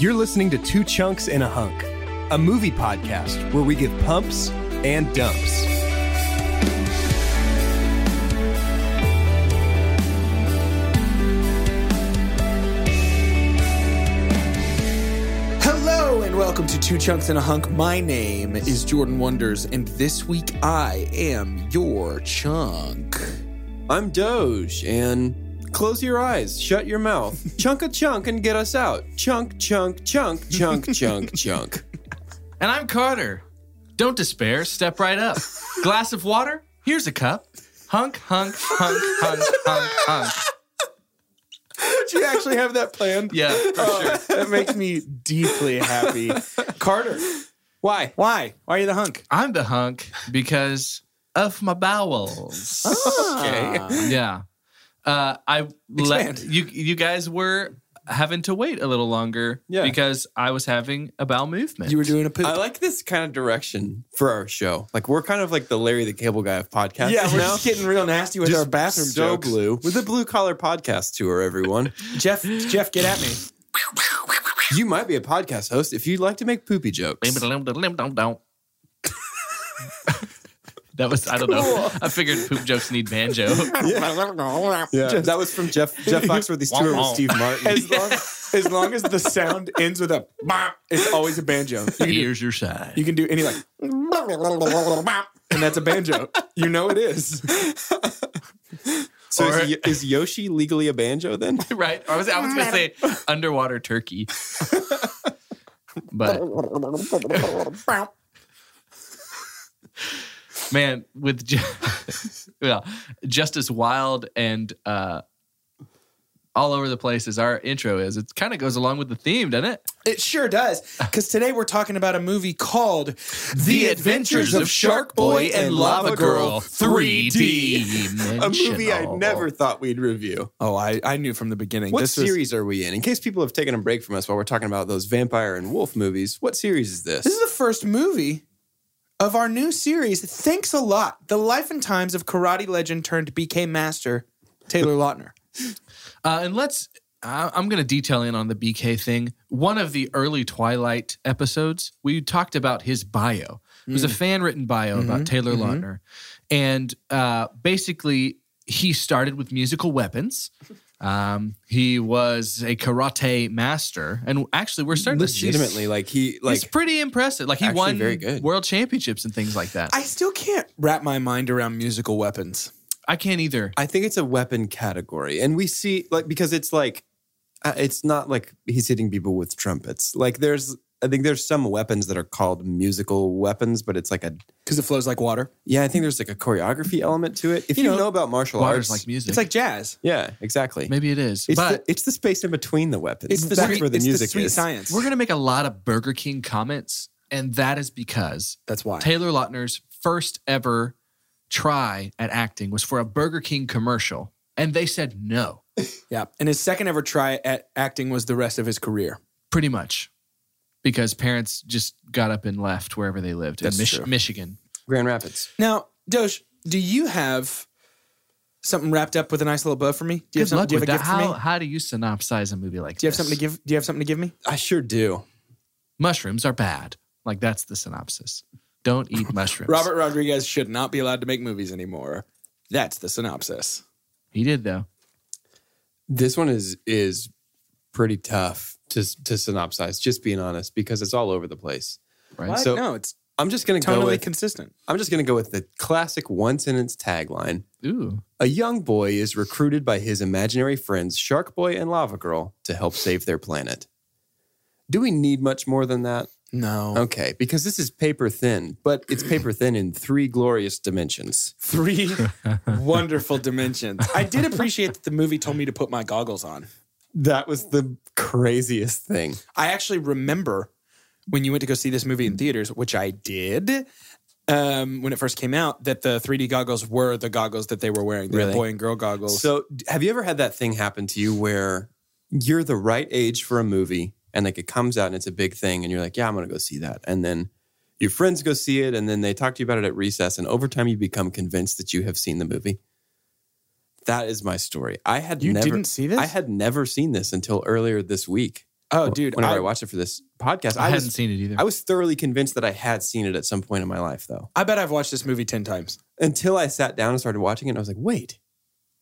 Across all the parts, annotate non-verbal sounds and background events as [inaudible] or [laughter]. You're listening to Two Chunks and a Hunk, a movie podcast where we give pumps and dumps. Hello and welcome to Two Chunks and a Hunk. My name is Jordan Wonders, and this week I am your chunk. I'm Doge, and close your eyes, shut your [laughs] mouth, chunk a chunk, and get us out. Chunk, chunk, chunk, chunk, [laughs] chunk, chunk. And I'm Carter. Don't despair, step right up. Glass of water? Here's a cup. Hunk, hunk, hunk, hunk, hunk, hunk. Did you actually have that planned? Yeah, for sure. that makes me deeply happy. Carter, [laughs] why? Why? Why are you the hunk? I'm the hunk because of my bowels. Oh. [laughs] Okay. Yeah. Uh, I Expand. let you you guys were having to wait a little longer Yeah. because I was having a bowel movement. You were doing a poop. I like this kind of direction for our show. Like we're kind of like the Larry the Cable Guy of podcasts. yeah, we're now. just getting real nasty with our bathroom so jokes. blue. We're the blue collar podcast tour, [laughs] everyone. Jeff, Jeff, get at me. you might be a podcast host if you'd like to make poopy jokes. That was I don't know. I figured poop jokes need [laughs] banjo. Yeah, that was from Jeff Jeff Foxworthy's tour with Steve Martin. As long, as long as the sound ends with a bop, it's always a banjo. Here's your side. You can do any like, and that's a banjo. You know it is. So is, is Yoshi legally a banjo [laughs] then? Right. I was I was gonna say underwater turkey. but man, with ju- [laughs] well, just as wild and uh all over the place as our intro is, it kind of goes along with the theme, doesn't it? It sure does. Because today we're talking about a movie called The Adventures of Shark Boy and Lava Girl 3D. a movie I never thought we'd review. Oh, I, I knew from the beginning. What this was- series are we in? In case people have taken a break from us while we're talking about those vampire and wolf movies, what series is this? this is the first movie of our new series. Thanks a lot. The Life and Times of Karate Legend turned BK Master Taylor Lautner. Uh, and let's, I I'm going to detail in on the BK thing. One of the early Twilight episodes, we talked about his bio. It was a Mm. fan written bio Mm-hmm, about Taylor Lautner. And uh, basically, he started with musical weapons. Um, he was a karate master. And actually, we're starting to see. legitimately like he like He's pretty impressive. Like he actually won very good. world championships and things like that. I, I still can't wrap my mind around musical weapons. can't either. I think it's a weapon category, and we see like because it's like uh, it's not like he's hitting people with trumpets. Like there's I think there's some weapons that are called musical weapons, but it's like a Because it flows like water. yeah. I think there's like a choreography element to it. If you, know, know, about martial Water's arts, like music. It's like jazz. yeah, exactly. maybe it is. it's but the, it's the space in between the weapons. It's the That's sweet, where the it's music sweet is. science. We're going to make a lot of Burger King comments, and that is because That's why. Taylor Lautner's first ever try at acting was for a Burger King commercial, and they said no, Yeah. And his second ever try at acting was the rest of his career. pretty much, because parents just got up and left wherever they lived That's in Mich- true. Michigan. Grand Rapids. Now, Dosh, do you have something wrapped up with a nice little bow for me? Do you have Good something? luck Do you with have a that. gift for me? How, how do you synopsize a movie like Do you have this? something to give? Do you have something to give me? I sure do. Mushrooms are bad. Like that's the synopsis. Don't [laughs] eat mushrooms. Robert Rodriguez should not be allowed to make movies anymore. That's the synopsis. he did though. This one is is pretty tough to to synopsize. Just being honest, because it's all over the place. Right. What? So- no, it's I'm just gonna go totally with consistent. I'm just gonna go with the classic one sentence tagline. Ooh, A young boy is recruited by his imaginary friends Shark Boy and Lava Girl to help save their planet. Do we need much more than that? No. Okay, because this is paper thin, but it's paper thin in three glorious dimensions. [laughs] Three wonderful dimensions. I did appreciate that the movie told me to put my goggles on. That was the craziest thing. I actually remember when you went to go see this movie in theaters, which I did um, when it first came out, that the 3D goggles were the goggles that they were wearing, the Really? boy and girl goggles. So, d- have you ever had that thing happen to you where you're the right age for a movie and like it comes out and it's a big thing and you're like, yeah, I'm going to go see that. And then your friends go see it and then they talk to you about it at recess and over time you become convinced that you have seen the movie. That is my story. I had you never didn't see this? I had never seen this until earlier this week. oh, dude. whenever I, I, watched it for this podcast, I, I, hadn't was seen it either. I was thoroughly convinced that I had seen it at some point in my life though. I bet I've watched this movie 10 times. Until I sat down and started watching it and I was like, "Wait,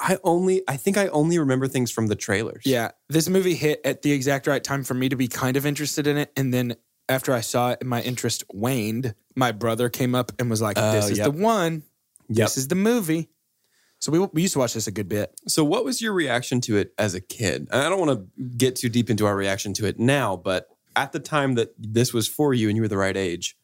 I only I think I only remember things from the trailers." Yeah. This movie hit at the exact right time for me to be kind of interested in it. And then after I saw it, my interest waned. My brother came up and was like, Oh, this is yep. the one. Yep. This is the movie. So we, we used to watch this a good bit. So, what was your reaction to it as a kid? And I don't want to get too deep into our reaction to it now, but at the time that this was for you and you were the right age,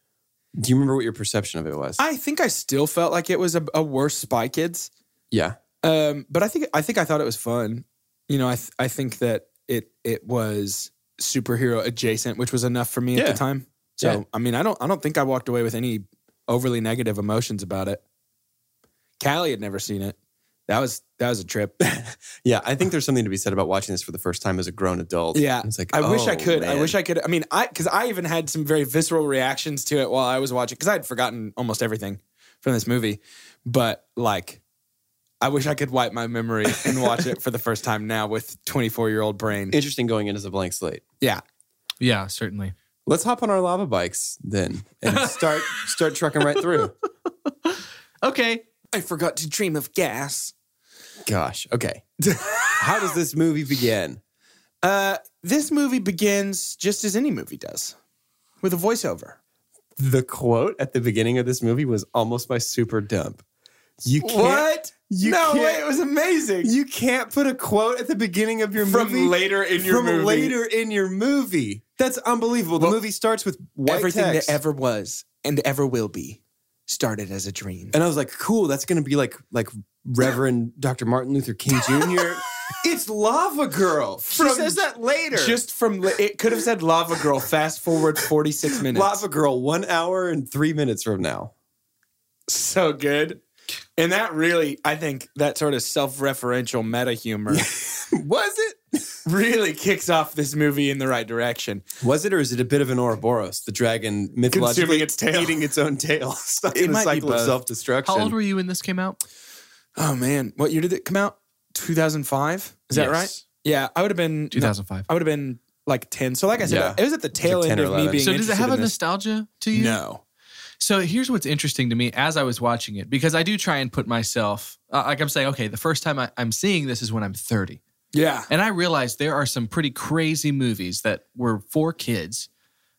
do you remember what your perception of it was? I think I still felt like it was a, a worse Spy Kids. yeah. Um, but I think I think I thought it was fun. You know, I th- I think that it it was superhero adjacent, which was enough for me at Yeah. the time. So Yeah. I mean, I don't I don't think I walked away with any overly negative emotions about it. Callie had never seen it. That was that was [laughs] a trip. Yeah. I think there's something to be said about watching this for the first time as a grown adult. Yeah. It's like, I wish I oh, could. I man. wish I could. I mean, I because I even had some very visceral reactions to it while I was watching because I had forgotten almost everything from this movie. But like, I wish I could wipe my memory and watch it for the first time now with 24 year old brain. Interesting going into the blank slate. yeah. yeah, certainly. Let's hop on our lava bikes then and start start trucking right through. Okay. I forgot to dream of gas. Gosh. Okay. How does this movie begin? Uh, this movie begins just as any movie does with a voiceover. The quote at the beginning of this movie was almost my super dump. You can't. What? You no can't- way. It was amazing. You can't put a quote at the beginning of your From movie later in your from movie. later in your movie. That's unbelievable. The Well, movie starts with white Everything text. that ever was and ever will be started as a dream. and I was like, "Cool, that's going to be like like Reverend Dr. Martin Luther [laughs] King Jr." it's Lava Girl. From- she says that later. Just from li- it could have said Lava Girl. Fast forward 46 minutes. Lava Girl, one hour and three minutes from now. so good. And that really, I think, that sort of self-referential meta humor Was it? really kicks off this movie in the right direction. Was it, or is it a bit of an Ouroboros, the dragon mythologically Consuming its tail. eating its own tail, [laughs] stuck It in a might be cycle of both. self destruction? How old were you when this came out? Oh man, what year did it come out? 2005. Is that Yes. right? Yeah, I would have been. no, 2005. I would have been like 10. So like I said, Yeah. it was at the tail like end 10 or of me 11. being. So does it interested have a in this. nostalgia to you? No. So here's what's interesting to me as I was watching it because I do try and put myself uh, like I'm saying, okay, the first time I, I'm seeing this is when I'm 30, Yeah. and I realize there are some pretty crazy movies that were for kids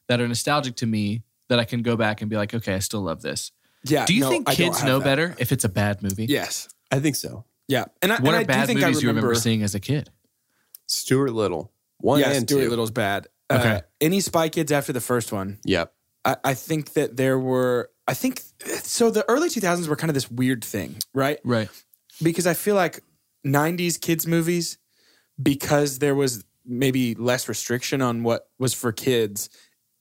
that are nostalgic to me that I can go back and be like, okay, I still love this. Yeah. Do you Uh, no, think I don't kids have know that. better if it's a bad movie? Yes. I think so. Yeah. And I, What and are I do bad think movies I you remember remember seeing as a kid? Stuart Little, one yes, and Stuart two. Little's bad. Okay. Uh, any Spy Kids after the first one? Yep. I, I think that there were. I think so. The early 2000s were kind of this weird thing, right? Right. Because I feel like 90s kids movies, because there was maybe less restriction on what was for kids,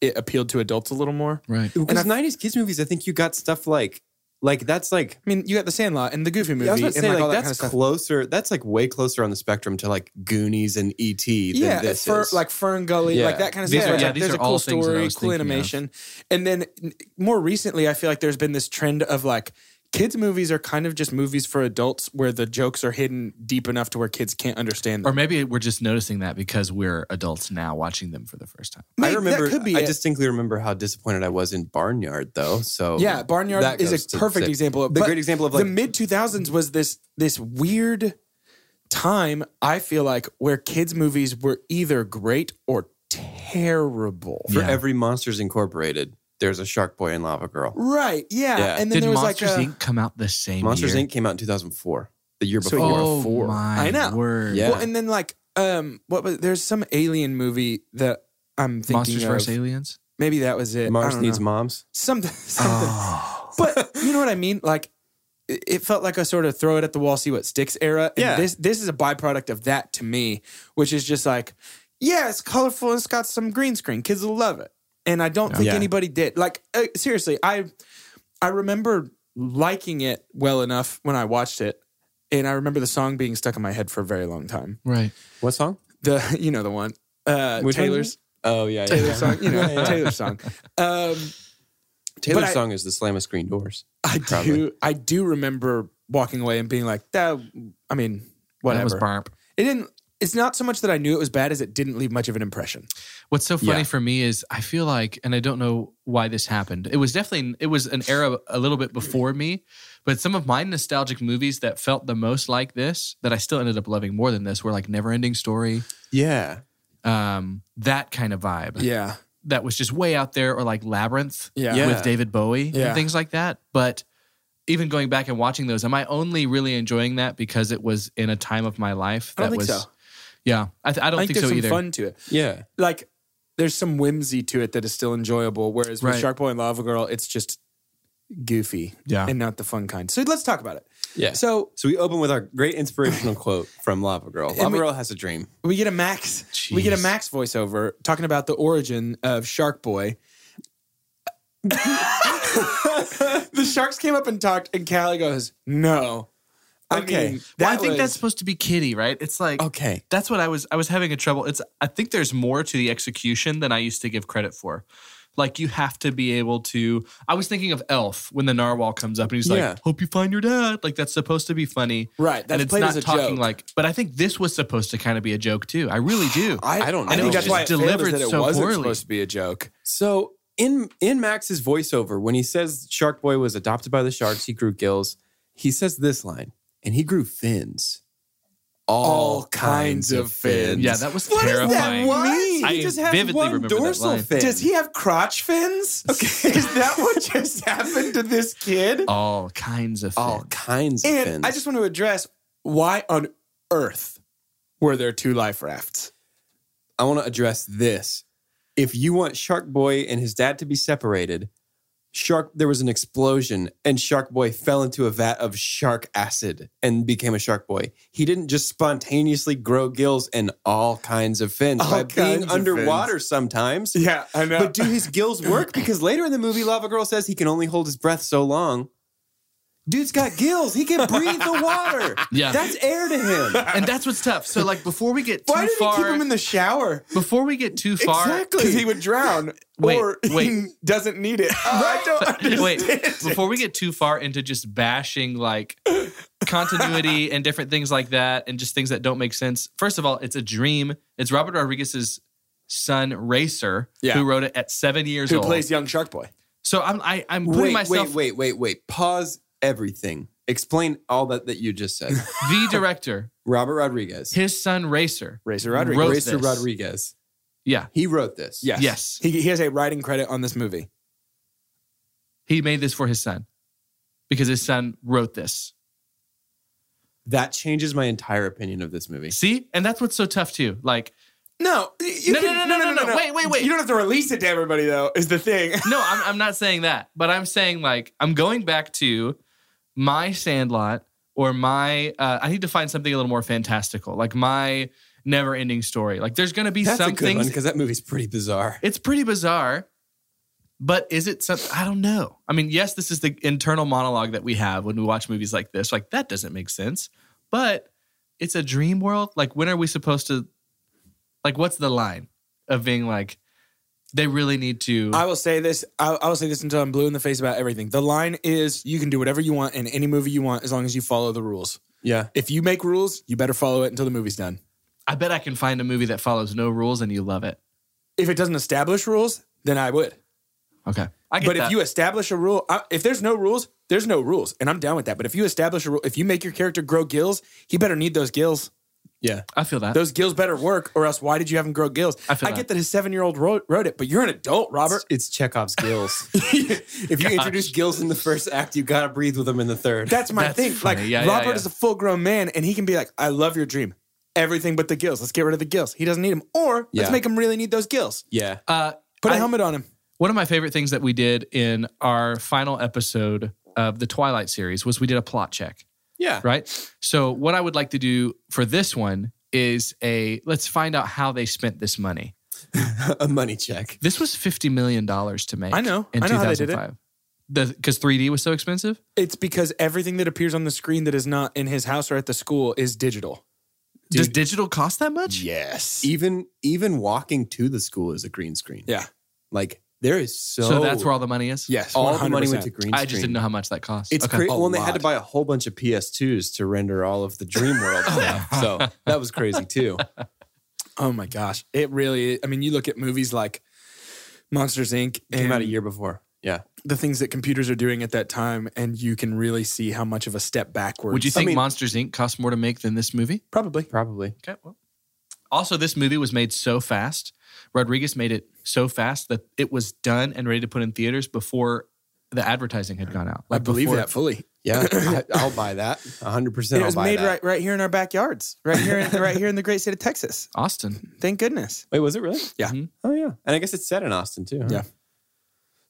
it appealed to adults a little more. Right. Because nineties kids movies, I think you got stuff like like that's like I mean, you got the Sandlot and the Goofy movie, I was about and to say, like, like, all that kind of that's stuff. closer. That's like way closer on the spectrum to like Goonies and ET than yeah, this Fern- is. like Fern Gully, Yeah. like that kind of These stuff. are- It's yeah, like, these there's are a cool all things that I story, was cool thinking of. animation, and then n- more recently, I feel like there's been this trend of like kids movies are kind of just movies for adults where the jokes are hidden deep enough to where kids can't understand Or them. maybe we're just noticing that because we're adults now watching them for the first time. I Maybe- remember. that could be I it. distinctly remember how disappointed I was in Barnyard, though. So yeah, Barnyard Oh, that goes is to a perfect say- example. Of, The but great example of the like mid 2000s was this this weird time I feel like where kids movies were either great or terrible. for Yeah. every Monsters Incorporated, there's a Shark Boy and Lava Girl. Right? Yeah. Yeah. And then Did there was Monsters like uh, a, Inc. come out the same Monsters year? Inc. came out in 2004, the year So before. you were Oh four. my I know. word! Yeah. Well, and then like um, what was there's some alien movie that I'm thinking Monsters of. vs. Aliens. Maybe that was it. Mars needs Ah. needs moms. something. [laughs] [sighs] something. But you know what I mean? Like it it felt like a sort of throw it at the wall, see what sticks era. And Yeah. this this is a byproduct of that to me, which is just like, yeah, it's colorful and it's got some green screen. Kids will love it. And I don't think Yeah. anybody did. Like uh, seriously, I I remember liking it well enough when I watched it. And I remember the song being stuck in my head for a very long time. Right. What song? The [laughs] you know the one. Uh Which one? Taylor's Oh yeah, [laughs] yeah. Taylor's song, you know, Taylor's song. Um Taylor's I- song is the slam of screen doors. I Probably. do. I do remember walking away and being like, "That." I mean, That was whatever. Barb. it didn't. It's not so much that I knew it was bad as it didn't leave much of an impression. What's so funny Yeah. for me is I feel like, and I don't know why this happened. It was definitely it was an era a little bit before me, but some of my nostalgic movies that felt the most like this that I still ended up loving more than this were like Never Ending Story, Yeah, um, that kind of vibe. Yeah. That was just way out there, or like Labyrinth Yeah. Yeah. with David Bowie Yeah. and things like that. But even going back and watching those, am I only really enjoying that because it was in a time of my life I that don't think was? so. Yeah, I, th- I don't I think, think, there's so some either. fun to it. yeah. Like there's some whimsy to it that is still enjoyable. Whereas Right. with Shark Boy and Lava Girl, it's just goofy Yeah. and not the fun kind. So let's talk about it. Yeah. So, So we open with our great inspirational quote from Lava Girl. Lava we- Girl has a dream. we get a Max. We get a Jeez. Max voiceover talking about the origin of Shark Boy. [laughs] the sharks came up and talked, and Callie goes, "No." I Okay. mean, Well, I that Oh. think was- that's supposed to be Kitty, right? It's like Okay. that's what I was I was having a trouble. It's I think there's more to the execution than I used to give credit for. Like you have to be able to I was thinking of Elf when the narwhal comes up and he's Yeah. like, Hope you find your dad. Like that's supposed to be funny. Right, that's and it's played not as a talking joke. like but I think this was supposed to kind of be a joke too. I really [gasps] do. I don't I know. think that's It's why it failed is delivered that it so wasn't poorly. supposed to be a joke. So in in Max's voiceover, when he says Shark Boy was adopted by the sharks, he grew gills. He says this line, and he grew fins. All kinds of fins. yeah, that was What is that terrifying. one? I He just has vividly one remember that dorsal line. fin. Does he have crotch fins? Okay, [laughs] is that what just happened to this kid? All kinds of All things. kinds of And fins. I just want to address why on earth were there two life rafts? I want to address this. If you want Shark Boy and his dad to be separated, Shark there was an explosion and Shark Boy fell into a vat of shark acid and became a Shark Boy. He didn't just spontaneously grow gills and all kinds of fins All by kinds being of underwater sometimes. Yeah, I [laughs] know. But do his gills work? Because later in the movie, Lava Girl says he can only hold his breath so long. Dude's got gills. He can breathe the [laughs] water. Yeah. That's air to him. And that's what's tough. So like before we get too [laughs] Why did far he keep him in the shower? before we get too far Because he would drown. Wait, or he wait. [laughs] doesn't need it. Uh, I don't understand. [laughs] [laughs] Wait, before we get too far into just bashing like [laughs] continuity and different things like that and just things that don't make sense, first of all, it's a dream. It's Robert Rodriguez's son, Racer, Yeah. who wrote it at seven years Who old. plays young shark boy? so I'm, I, I'm putting Wait, myself, wait, wait, wait, wait. Pause everything. Explain all that that you just [laughs] said. the director, Robert Rodriguez. his son, Racer. Razor Rodriguez. wrote Racer this. Rodriguez. Yeah. He wrote this. Yes. Yes. He, he has a writing credit on this movie. He made this for his son because his son wrote this. That changes my entire opinion of this movie. See? And that's what's so tough, too. Like, No, you No, no, no, no, no, no. Wait, wait, wait. You don't have to release it to everybody, though, is the thing. no, I'm, I'm not saying that, but I'm saying like I'm going back to my Sandlot or my. Uh, I need to find something a little more fantastical, like my never-ending story. Like there's going to be That's some a good one things. because that movie's pretty bizarre. It's pretty bizarre, but is it something? I don't know. I mean, yes, this is the internal monologue that we have when we watch movies like this. Like that doesn't make sense, but it's a dream world. Like when are we supposed to? Like what's the line of being like? They really need to. I will say this. I, I will say this until I'm blue in the face about everything. The line is you can do whatever you want in any movie you want as long as you follow the rules. Yeah. If you make rules, you better follow it until the movie's done. I bet I can find a movie that follows no rules and you love it. If it doesn't establish rules, then I would. Okay. I get But that. if you establish a rule, I, if there's no rules, there's no rules, and I'm down with that. But if you establish a rule, if you make your character grow gills, he better need those gills. Yeah. I feel that. Those gills better work, or else why did you have him grow gills? I feel get that. that his seven year old wrote, wrote it, but you're an adult, Robert. It's, it's Chekhov's gills. [laughs] if you introduce gills in the first act, you got to breathe with them in the third. That's my That's thing. funny. Like Yeah, yeah, Robert yeah. is a full grown man, and he can be like, "I love your dream, everything but the gills. Let's get rid of the gills. He doesn't need them, or Yeah. let's make him really need those gills. yeah. [laughs] uh, Put a I- helmet on him. One of my favorite things that we did in our final episode of the Twilight series was we did a plot check, Yeah. right? So what I would like to do for this one is a let's find out how they spent this money. a money check. This was $50 million to make. I know. In I know how they did it. 2005. Because 3D was so expensive? It's because everything that appears on the screen that is not in his house or at the school is digital. Does digital cost that much? Yes. Even even walking to the school is a green screen. Yeah. Like there is so So that's where all the money is? Yes. all the money went 100%. to green screen. I just didn't know how much that cost. It's Okay. crazy. A Well, and they had to lot. buy a whole bunch of PS2s to render all of the Dream [laughs] World Oh, stuff. So that was crazy too. Oh my gosh. It really I mean, you look at movies like Monsters Inc. Came and out a year before. Yeah. the things that computers are doing at that time, and you can really see how much of a step backwards. Would you think mean- Monsters Inc. cost more to make than this movie? probably? Probably. Okay. Well. Also, this movie was made so fast. Rodriguez made it so fast that it was done and ready to put in theaters before the advertising had gone out. I believe before- that fully. Yeah. I, I'll buy that. 100% And it I'll was buy made that. right, right here in our backyards, right here, in, right here in the great state of Texas. Austin. Thank goodness. Wait, was it really? Yeah. Mhm. Oh yeah. And I guess it's set in Austin too. huh? Yeah.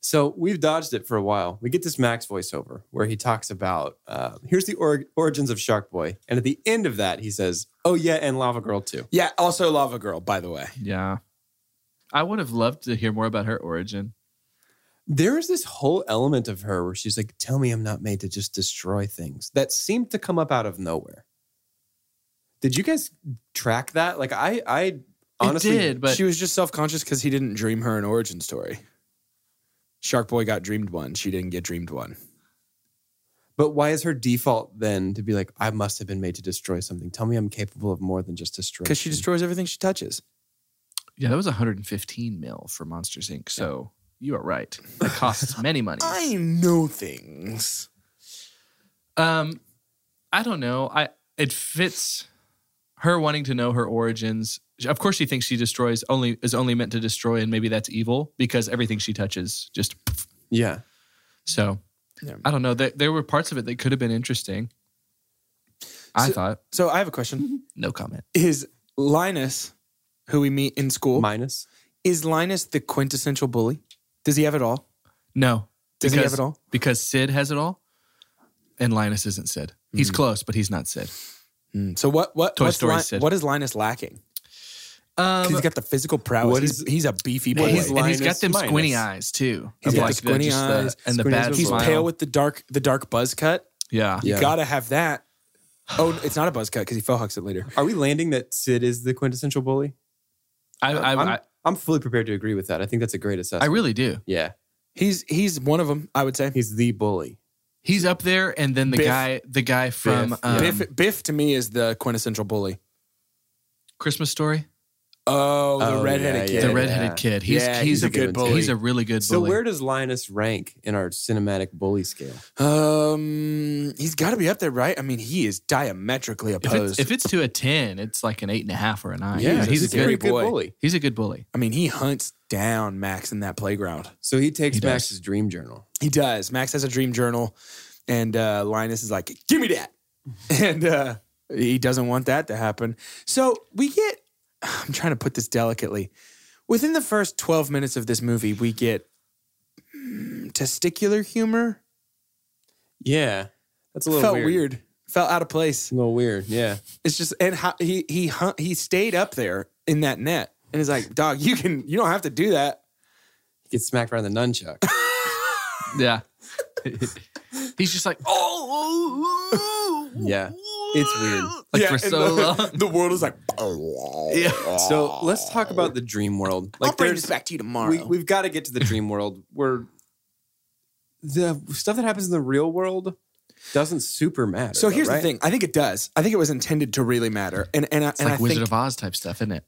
So we've dodged it for a while. We get this Max voiceover where he talks about uh, here's the or- origins of Shark Boy, and at the end of that he says, "Oh yeah, and Lava Girl too." Yeah. Also, Lava Girl, by the way. Yeah. I would have loved to hear more about her origin. There is this whole element of her where she's like, "Tell me I'm not made to just destroy things." That seemed to come up out of nowhere. Did you guys track that? Like I, I honestly it did, but she was just self conscious because he didn't dream her an origin story. Shark Boy got dreamed one. She didn't get dreamed one. But why is her default then to be like, I must have been made to destroy something? Tell me I'm capable of more than just destroy. Because she destroys everything she touches. yeah, that was 115 mil for Monsters Inc. So you are right. That costs many money. know things. Um, I don't know. I it fits her wanting to know her origins. Of course, she thinks she destroys only is only meant to destroy, and maybe that's evil because everything she touches just. Yeah. So, Yeah. I don't know. There, there were parts of it that could have been interesting. I So- thought So I have [laughs] a question. no comment. Is Linus, who we meet in school, Minus. is Linus the quintessential bully? Does he have it all? No, Does he have it all? because Sid has it all, and Linus isn't Sid. Hmm. He's close, but he's not Sid. Mm. So what? What? Toy what's Story Lin- said. what is Linus lacking? 'Cause Um, he's got the physical prowess. what he's, is- he's a beefy boy. what he's- is and he's got Linus them squinty minus? eyes too. He's Of got the the- squinty just the- eyes. and the Squinty eyes bad. with he's smile. pale with the dark the dark buzz cut. yeah. You Yeah. gotta have that. Oh, it's not a buzz cut because he faux hawks it later. Are we landing that Sid is the quintessential bully? I, I, I'm, I, I'm fully prepared to agree with that. I think that's a great assessment. I really do. yeah. He's he's one of them, I would say. He's the bully. He's up there, and then the Biff. guy, the guy from Biff, um, Biff Biff to me is the quintessential bully. Christmas Story, Oh, the Oh, redheaded yeah, kid. yeah, the redheaded yeah. kid. He's Yeah, he's, he's a, a good good bully. He's a really good So bully. where does Linus rank in our cinematic bully scale? Um, he's got to be up there, right? I mean, he is diametrically if it's, opposed. if it's to a ten, it's like an eight and a half or a nine. Yeah, he's, this a is good. pretty pretty boy. good bully. He's a good bully. I mean, he hunts down Max in that playground. So he takes He does. Max's dream journal. He does. Max has a dream journal, and uh, Linus is like, "Give me that," [laughs] and uh, he doesn't want that to happen. So we get. [sighs] I'm trying to put this delicately. Within the first 12 minutes of this movie, we get mm, testicular humor. Yeah. That's a little Felt weird. weird. Felt out of place. A little weird. Yeah. It's just and how, he he hun- he stayed up there in that net and is like, "Dog, you can you don't have to do that." He gets smacked around [laughs] the nunchuck. Yeah, [laughs] he's just like oh, yeah. It's weird. like for and so the, [laughs] long. The world is like, So let's talk about the dream world. "I'll bring there's- this back to you tomorrow." we, we've got to get to the dream world where the stuff that happens in the real world doesn't super matter. So though, here's the right? thing. I think it does. I think it was intended to really matter, and and I, It's and like I Wizard think of Oz type stuff, isn't it?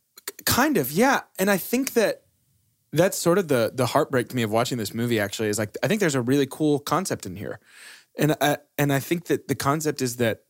kind of yeah. And I think that that's sort of the the heartbreak to me of watching this movie. Actually, is like I think there's a really cool concept in here, and I, and I think that the concept is that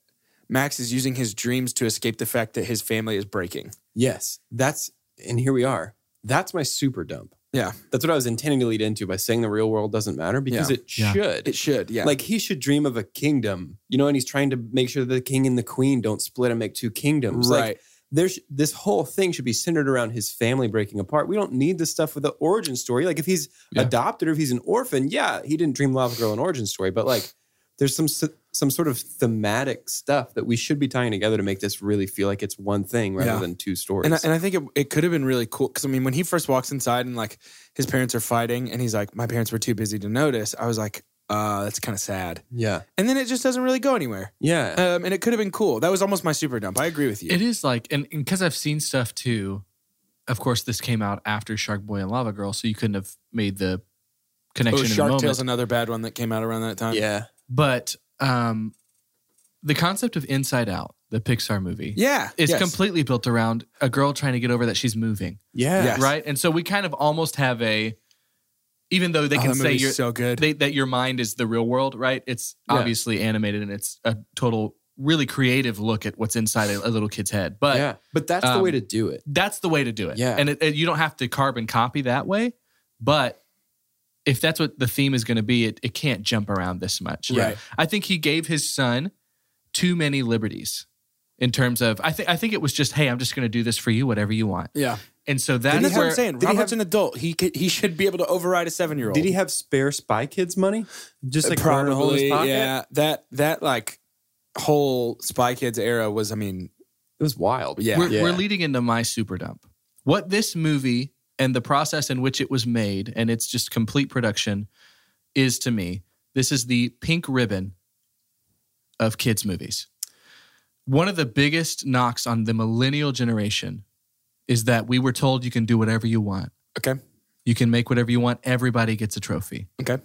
Max is using his dreams to escape the fact that his family is breaking. Yes, that's and here we are. That's my super dump. Yeah. that's what I was intending to lead into by saying the real world doesn't matter because Yeah. it Yeah. should. It should, yeah. Like he should dream of a kingdom, you know, and he's trying to make sure the king and the queen don't split and make two kingdoms. Like, right. there's this whole thing should be centered around his family breaking apart. We don't need the stuff with the origin story. Like if he's Yeah. adopted or if he's an orphan, yeah, he didn't dream Lava Girl an origin story, but like there's some s- some sort of thematic stuff that we should be tying together to make this really feel like it's one thing rather Yeah. than two stories. And I, and I think it, it could have been really cool because I mean, when he first walks inside and like his parents are fighting, and he's like, "My parents were too busy to notice." I was like, "Uh, that's kind of sad." yeah, And then it just doesn't really go anywhere. yeah, Um, and it could have been cool. That was almost my super dump. I agree with you. It is like, and because I've seen stuff too. Of course, this came out after Shark Boy and Lava Girl, so you couldn't have made the oh, connection. in the Shark moment. Tale's another bad one that came out around that time. yeah. but um, the concept of Inside Out, the Pixar movie, yeah, is yes. completely built around a girl trying to get over that she's moving, Yeah. Yes. right? And so we kind of almost have a, even though they Oh, can that say movie's you're, so good. they, that your mind is the real world, right? It's Yeah. obviously animated and it's a total, really creative look at what's inside a, a little kid's head, but. yeah. But that's the um, way to do it. that's the way to do it. Yeah. And it, it- you don't have to carbon copy that way. But if that's what the theme is going to be, it, it can't jump around this much. Right. I think he gave his son too many liberties in terms of, I, think I think it was just, hey, I'm just going to do this for you, whatever you want. yeah, And so and that's that's where what I'm saying. did he Robert's an adult. He could, he should be able to override a seven year old. Did he have spare Spy Kids money? Just like burn a hole in his pocket? Uh, yeah. That that like whole Spy Kids era was. I mean, It was wild. yeah, we're, yeah. we're leading into my super dump. What this movie and the process in which it was made and its just complete production is to me, this is the pink ribbon of kids' movies. One of the biggest knocks on the millennial generation is that we were told you can do whatever you want. Okay. You can make whatever you want. Everybody gets a trophy. Okay.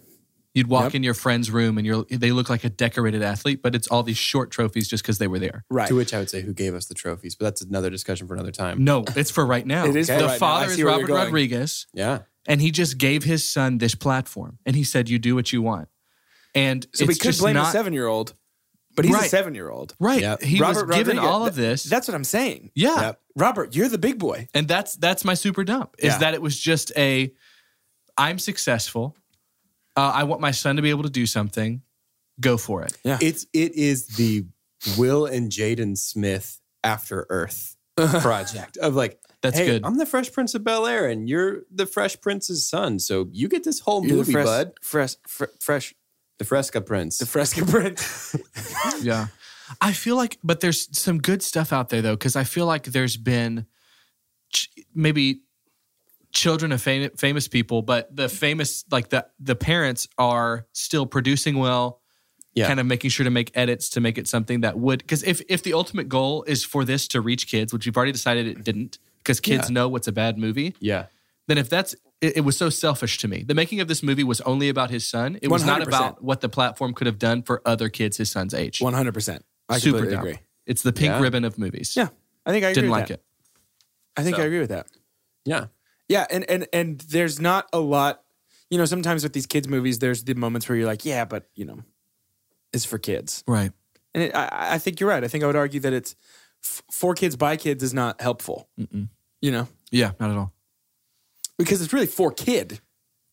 You'd walk Yep. in your friend's room and you're they look like a decorated athlete, but it's all these short trophies just because they were there. right. To which I would say, who gave us the trophies? But that's another discussion for another time. No, it's for right now. It is for the right now. I father see is where you're Robert going. Rodriguez, Yeah. and he just gave his son this platform, and he said, "You do what you want." And So it's we could just blame not, a seven year old, but he's a Right. seven year old. Right, Yeah. he Robert was given Rodriguez. all of Th- this. That's what I'm saying. yeah, Yep. Robert, you're the big boy. and that's that's my super dump is Yeah. that it was just a, I'm successful. Uh, I want my son to be able to do something. Go for it. It's it is the Will and Jaden Smith After [laughs] Earth project of like That's hey, good. I'm the Fresh Prince of Bel Air, and you're the Fresh Prince's son, so you get this whole You're movie, the fresh, bud. fresh, fr- fresh, The Fresca Prince. the fresco [laughs] print. yeah. I feel like, but there's some good stuff out there though, because I feel like there's been ch- maybe children of fam- famous people, but the famous, like the the parents are still producing well, Yeah. kind of making sure to make edits to make it something that would. Because if if the ultimate goal is for this to reach kids, which you've already decided it didn't, because kids know what's a bad movie, yeah. then if that's it, it was so selfish to me. The making of this movie was only about his son. It was not 100%. about what the platform could have done for other kids his son's age. One hundred percent. I Super completely dumb. agree. It's the pink Yeah. ribbon of movies. Yeah, I think I agree Didn't with like that. it. I think So- I agree with that. Yeah. Yeah, and and and there's not a lot. You know, sometimes with these kids movies, there's the moments where you're like, yeah, but you know, it's for kids. Right. And it, I, I think you're right. I think I would argue that it's f- for kids by kids is not helpful. Mm-mm. You know, Yeah, not at all. [laughs] because it's really for kid.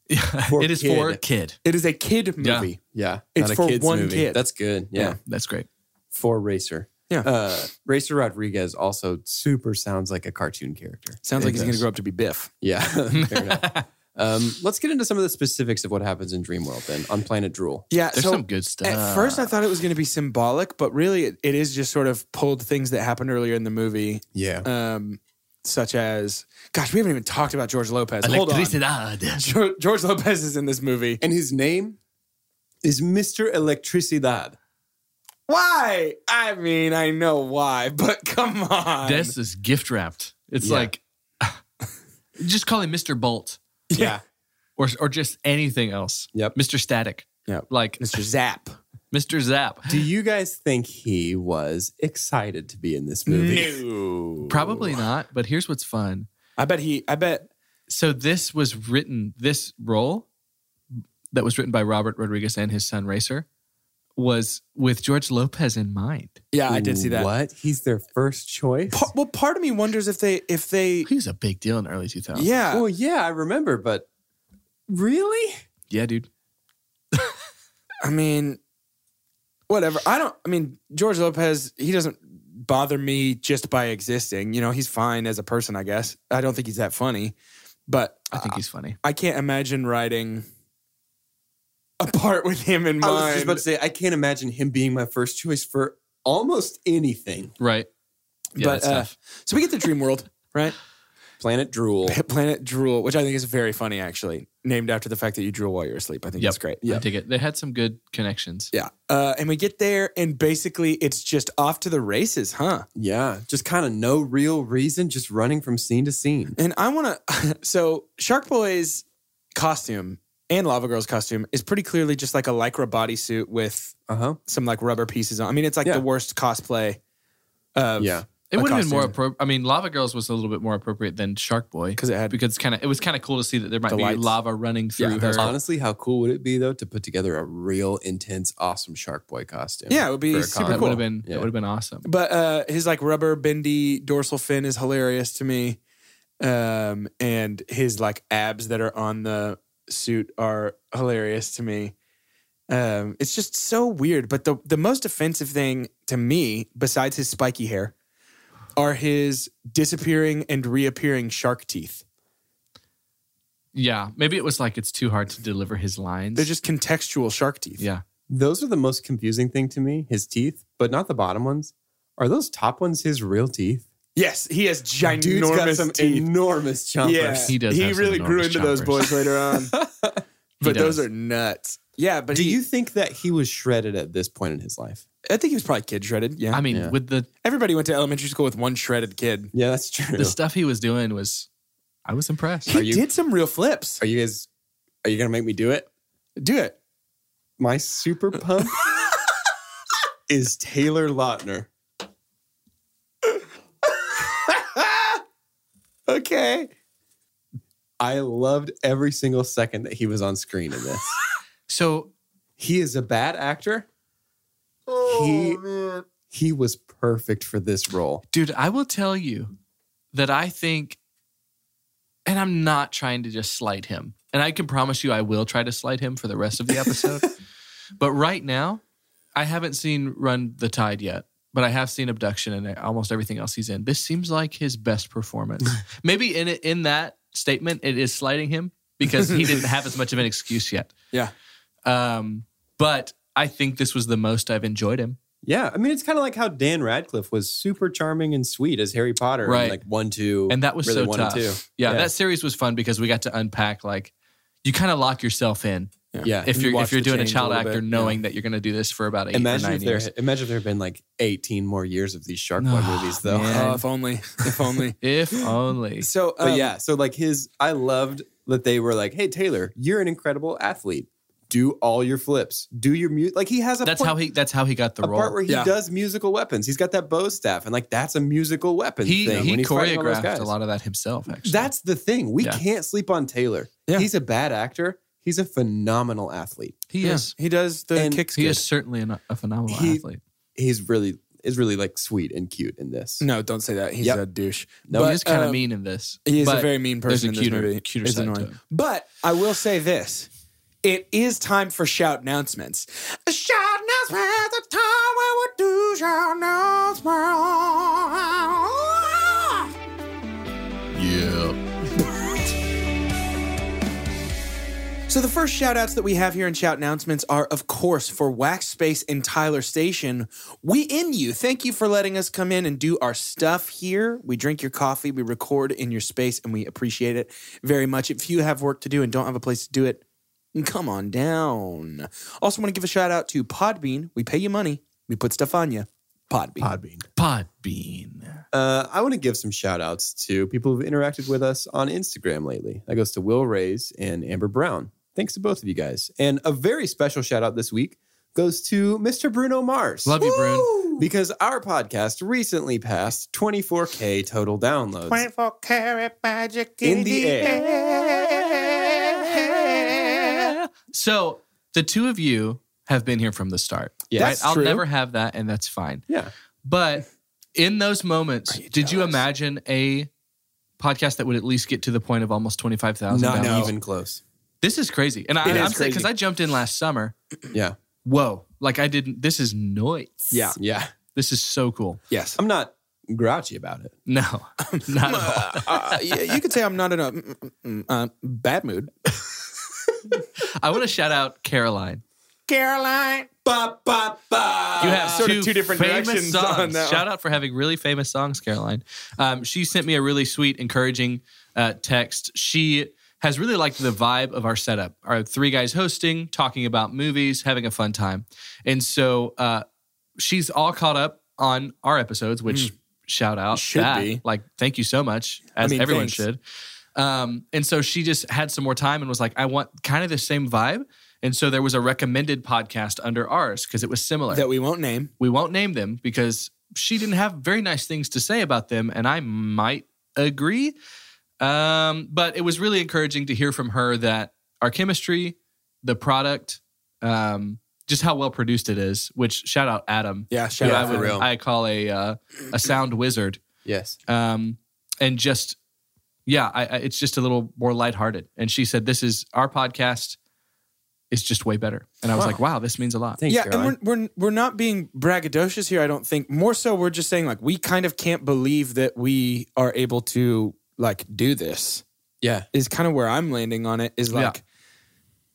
it is for a kid. It is a kid Yeah. movie. Yeah. It's Not a for kid's one movie. kid. That's good. Yeah. That's great. For Racer. Yeah. Uh, Racer Rodriguez also super sounds like a cartoon character. Sounds like he's going to does. grow up to be Biff. Yeah, [laughs] fair [laughs] enough. Um, let's get into some of the specifics of what happens in Dreamworld then on Planet Drool. Yeah. There's so some good stuff. at first, I thought it was going to be symbolic, but really, it, it is just sort of pulled things that happened earlier in the movie, Yeah. um, such as, gosh, we haven't even talked about George Lopez. Hold on. Electricidad. [laughs] Geor- George Lopez is in this movie. And his name is Mr. Electricidad. Why? I mean, I know why, but [laughs] come on. This is gift wrapped. It's Yeah. like [laughs] just call him Mr. Bolt yeah. or or just anything else. Yep. Mr. Static. Yep. Like Mr. Zap. Mr. Zap. Do you guys think he was excited to be in this movie? No. Probably not, but here's what's fun. I bet he, I bet, So this was written, this role that was written by Robert Rodriguez and his son Racer was with George Lopez in mind. yeah, I did see that. What? He's their first choice? Pa- well, part of me wonders if they, if they, He was a big deal in the early 2000s. yeah. Well, yeah, I remember, but really? Yeah, dude. I mean, whatever. I don't. I mean, George Lopez. He doesn't bother me just by existing. You know, he's fine as a person, I guess. I don't think he's that funny, but I think he's funny. I can't imagine writing a part with him in I mind. was just about to say, I can't imagine him being my first choice for almost anything. Right. Yeah, But, that's uh, tough. so we get the dream world, [laughs] right? Planet Drool. Planet Drool, which I think is very funny, actually, named after the fact that you drool while you're asleep. I think Yep. that's great. I dig it. They had some good connections. Yeah. Uh, and we get there, and basically it's just off to the races, huh? [laughs] Yeah, just kind of no real reason, just running from scene to scene. And I want to. [laughs] so Shark Boy's costume and Lava Girl's costume is pretty clearly just like a lycra bodysuit with Uh huh. some like rubber pieces on. I mean, it's like Yeah. the worst cosplay. Of, Yeah. It a would have been more costume. appropriate. I mean, Lava Girls was a little bit more appropriate than Shark Boy 'Cause it had- because kind of it was kind of cool to see that there might The be lights. lava running through that her. Honestly, how cool would it be though to put together a real intense, awesome Shark Boy costume? Yeah, it would be for a super con. that cool. would have been Yeah. that would have been awesome. But uh, his like rubber bendy dorsal fin is hilarious to me, um, and his like abs that are on the suit are hilarious to me. Um, it's just so weird. But the the most offensive thing to me, besides his spiky hair, are his disappearing and reappearing shark teeth. Yeah, maybe it was like it's too hard to deliver his lines. They're just contextual shark teeth. yeah, Those are the most confusing thing to me. His teeth, but not the bottom ones. Are those top ones his real teeth? Yes, he has ginormous Dude's got some teeth. enormous chompers. Yeah, He does He have some really grew enormous into those chompers. boys [laughs] later on. does. but those are nuts. Yeah, but Do he- you think that he was shredded at this point in his life? I think he was probably kid shredded. Yeah. I mean, Yeah. with the everybody went to elementary school with one shredded kid. Yeah, that's true. the stuff he was doing was, I was impressed. [laughs] He you- did some real flips. Are you guys? Are you gonna make me do it? Do it. My super [laughs] pump is Taylor [laughs] Lautner. okay. I loved every single second that he was on screen in this. So he is a bad actor. he, he was perfect for this role. Dude, I will tell you that I think, and I'm not trying to just slight him. And I can promise you I will try to slight him for the rest of the episode. but right now, I haven't seen Run the Tide yet, but I have seen Abduction and almost everything else he's in. This seems like his best performance. Maybe in it, in that statement, it is slighting him because he didn't have as much of an excuse yet. Yeah. Um, but I think this was the most I've enjoyed him. Yeah, I mean, it's kind of like how Dan Radcliffe was super charming and sweet as Harry Potter, in, Right. like one, two, and that was really so one tough. and two. Yeah, Yeah. that series was fun because we got to unpack like you kind of lock yourself [laughs] in Yeah, if You you're watch if you're the doing a change a child little actor, bit, knowing that you're going to do this for about eight or imagine nine if there years. imagine if there had been like eighteen more years of these Shark Boy Oh, movies, though. man. Oh, if only. If only. [laughs] If only. so, um, But yeah, [laughs] so like his, I loved that they were like, "Hey Taylor, you're an incredible athlete. Do all your flips. Do your music." Like he has a That's point- how he. That's how he got the a part role. where he Yeah. does musical weapons. He's got that bow staff, and like that's a musical weapon He thing. he when he's fighting all those choreographed guys. a lot of that himself. Actually, That's the thing. We Yeah. can't sleep on Taylor. Yeah. He's a bad actor. He's a phenomenal athlete. [laughs] he yeah, is. He does the And kicks. He good. is certainly an, a phenomenal He- athlete. He's really is really like sweet and cute in this. No, don't say that. He's Yep. a douche. No, he But, is kind of um, mean in this. He is a but very mean there's a person in this cuter- movie. cuter It's side to annoying. him. But I will say this. It is time for shout announcements. Shout announcements, the time where we do shout announcements. So the first shout outs that we have here in shout announcements are of course for Wax Space and Tyler Station. We in you. Thank you for letting us come in and do our stuff here. We drink your coffee, we record in your space and we appreciate it very much. If you have work to do and don't have a place to do it, come on down. Also want to give a shout out to Podbean. We pay you money. We put stuff on you. Podbean. Podbean. Podbean. Uh, I want to give some shout outs to people who've interacted with us on Instagram lately. That goes to Will Rays and Amber Brown. Thanks to both of you guys. And a very special shout out this week goes to Mr. Bruno Mars. Love you, Brune. Because our podcast recently passed 24K total downloads. 24 karat magic in the air. So the two of you have been here from the start. Yeah. right? That's I'll true. never have that, and that's fine. Yeah. But in those moments, did you imagine a podcast that would at least get to the point of almost twenty five thousand? Not even close. This is crazy, and I, It is I'm saying because I crazy. jumped in last summer. Yeah. Whoa, like I didn't. This is noise. Yeah. Yeah. This is so cool. Yes. I'm not grouchy about it. No, [laughs] not at all. [laughs] Uh, uh, yeah, you could say I'm not in a mm, mm, mm, uh, bad mood. I want to shout out Caroline. Caroline, ba ba ba. You have sort two, of two different famous directions songs. on that. Shout out for having really famous songs, Caroline. Um, she sent me a really sweet, encouraging uh, text. She has really liked the vibe of our setup. Our three guys hosting, talking about movies, having a fun time, and so uh, she's all caught up on our episodes, which. Shout out Hmm. Should that. be. like thank you so much as mean, everyone thanks. should um, and so she just had some more time and was like I want kind of the same vibe and so there was a recommended podcast under ours because it was similar one that we won't name. we won't name them because she didn't have very nice things to say about them, and I might agree. Um, but it was really encouraging to hear from her that our chemistry, the product, um, just how well produced it is. Which shout out Adam, Yeah, who shout Yeah, I out. for would real. I call a uh, a sound wizard, Yes. um, and just yeah, I, I, it's just a little more lighthearted. And she said, "This is our podcast." is just way better. And I was Wow. like, wow, this means a lot. Thanks, yeah, Caroline. and we're, we're we're not being braggadocious here. I don't think. More so, we're just saying like we kind of can't believe that we are able to like do this. Yeah. Is kind of where I'm landing on it. Is Yeah. like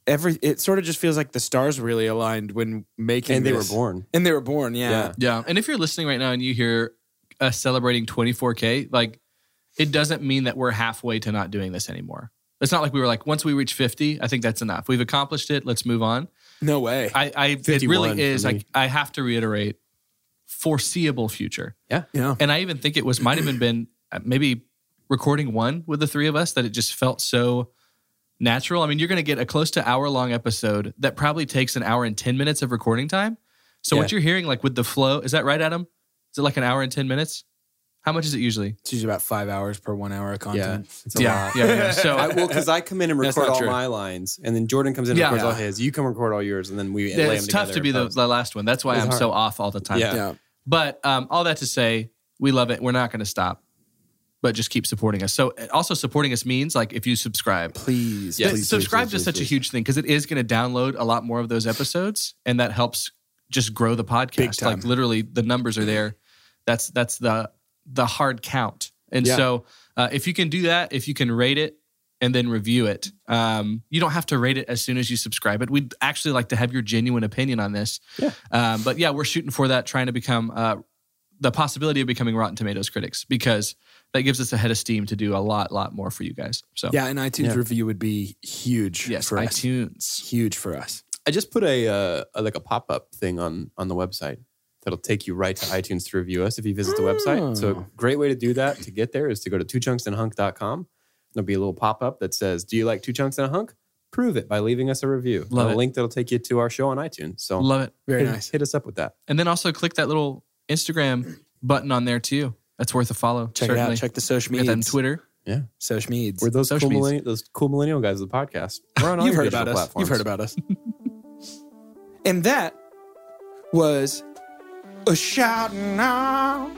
every. It sort of just feels like the stars really aligned when making. And they were this. born. And they were born. Yeah. Yeah. Yeah. And if you're listening right now and you hear us celebrating 24K, like it doesn't mean that we're halfway to not doing this anymore. It's not like we were like, once we reach 50, I think that's enough. We've accomplished it. Let's move on. No way. I, I it 51 really for is. me. I, I have to reiterate foreseeable future. yeah. And I even think it was, might have even been uh, maybe recording one with the three of us that it just felt so natural. I mean, you're going to get a close to hour long episode that probably takes an hour and 10 minutes of recording time. So what you're hearing, like with the flow, is that right, Adam? Is it like an hour and 10 minutes? How much is it usually? It's usually about five hours per one hour Yeah. of content. It's a lot. yeah, yeah. So [laughs] I, well, because I come in and That's record not all true. my lines, and then Jordan comes in and Yeah. records all his. You come record all yours, and then we lay it's them tough together to be and the, post. the last one. That's why It's I'm hard. so off all the time. Yeah. But um, all that to say, we love it. We're not going to stop, but just keep supporting us. So uh, also supporting us means like if you subscribe, Please. Yeah. Th- please, subscribe please, is please, such a please. huge thing because it is going to download a lot more of those episodes, and that helps just grow the podcast. Big time. Like literally, the numbers are there. That's that's the the hard count. And Yeah. so, uh, if you can do that, if you can rate it and then review it, um, you don't have to rate it as soon as you subscribe. It we'd actually like to have your genuine opinion on this. Yeah. Um, but yeah, we're shooting for that, trying to become uh, the possibility of becoming Rotten Tomatoes critics because that gives us a head of steam to do a lot, lot more for you guys. So Yeah, an iTunes Yeah. review would be huge yes, for us. iTunes. Huge for us. I just put a, uh, a like a pop up thing on on the website that'll take you right to iTunes to review us if you visit the Oh. website. So a great way to do that to get there is to go to twochunksandhunk.com. There'll be a little pop up that says, "Do you like two chunks and a hunk? Prove it by leaving us a review." Love And a it. link that'll take you to our show on iTunes. So Love it. Very hit, nice. hit us up with that. And then also click that little Instagram button on there too. That's worth a follow. Check certainly. it out. Check the social We got that on medias. Twitter. Social medias. We're those Social cool, medias. millennial, those cool millennial guys of the podcast. We're [laughs] on all You've your heard about digital us. platforms. You've heard about us. [laughs] and that was a shout out.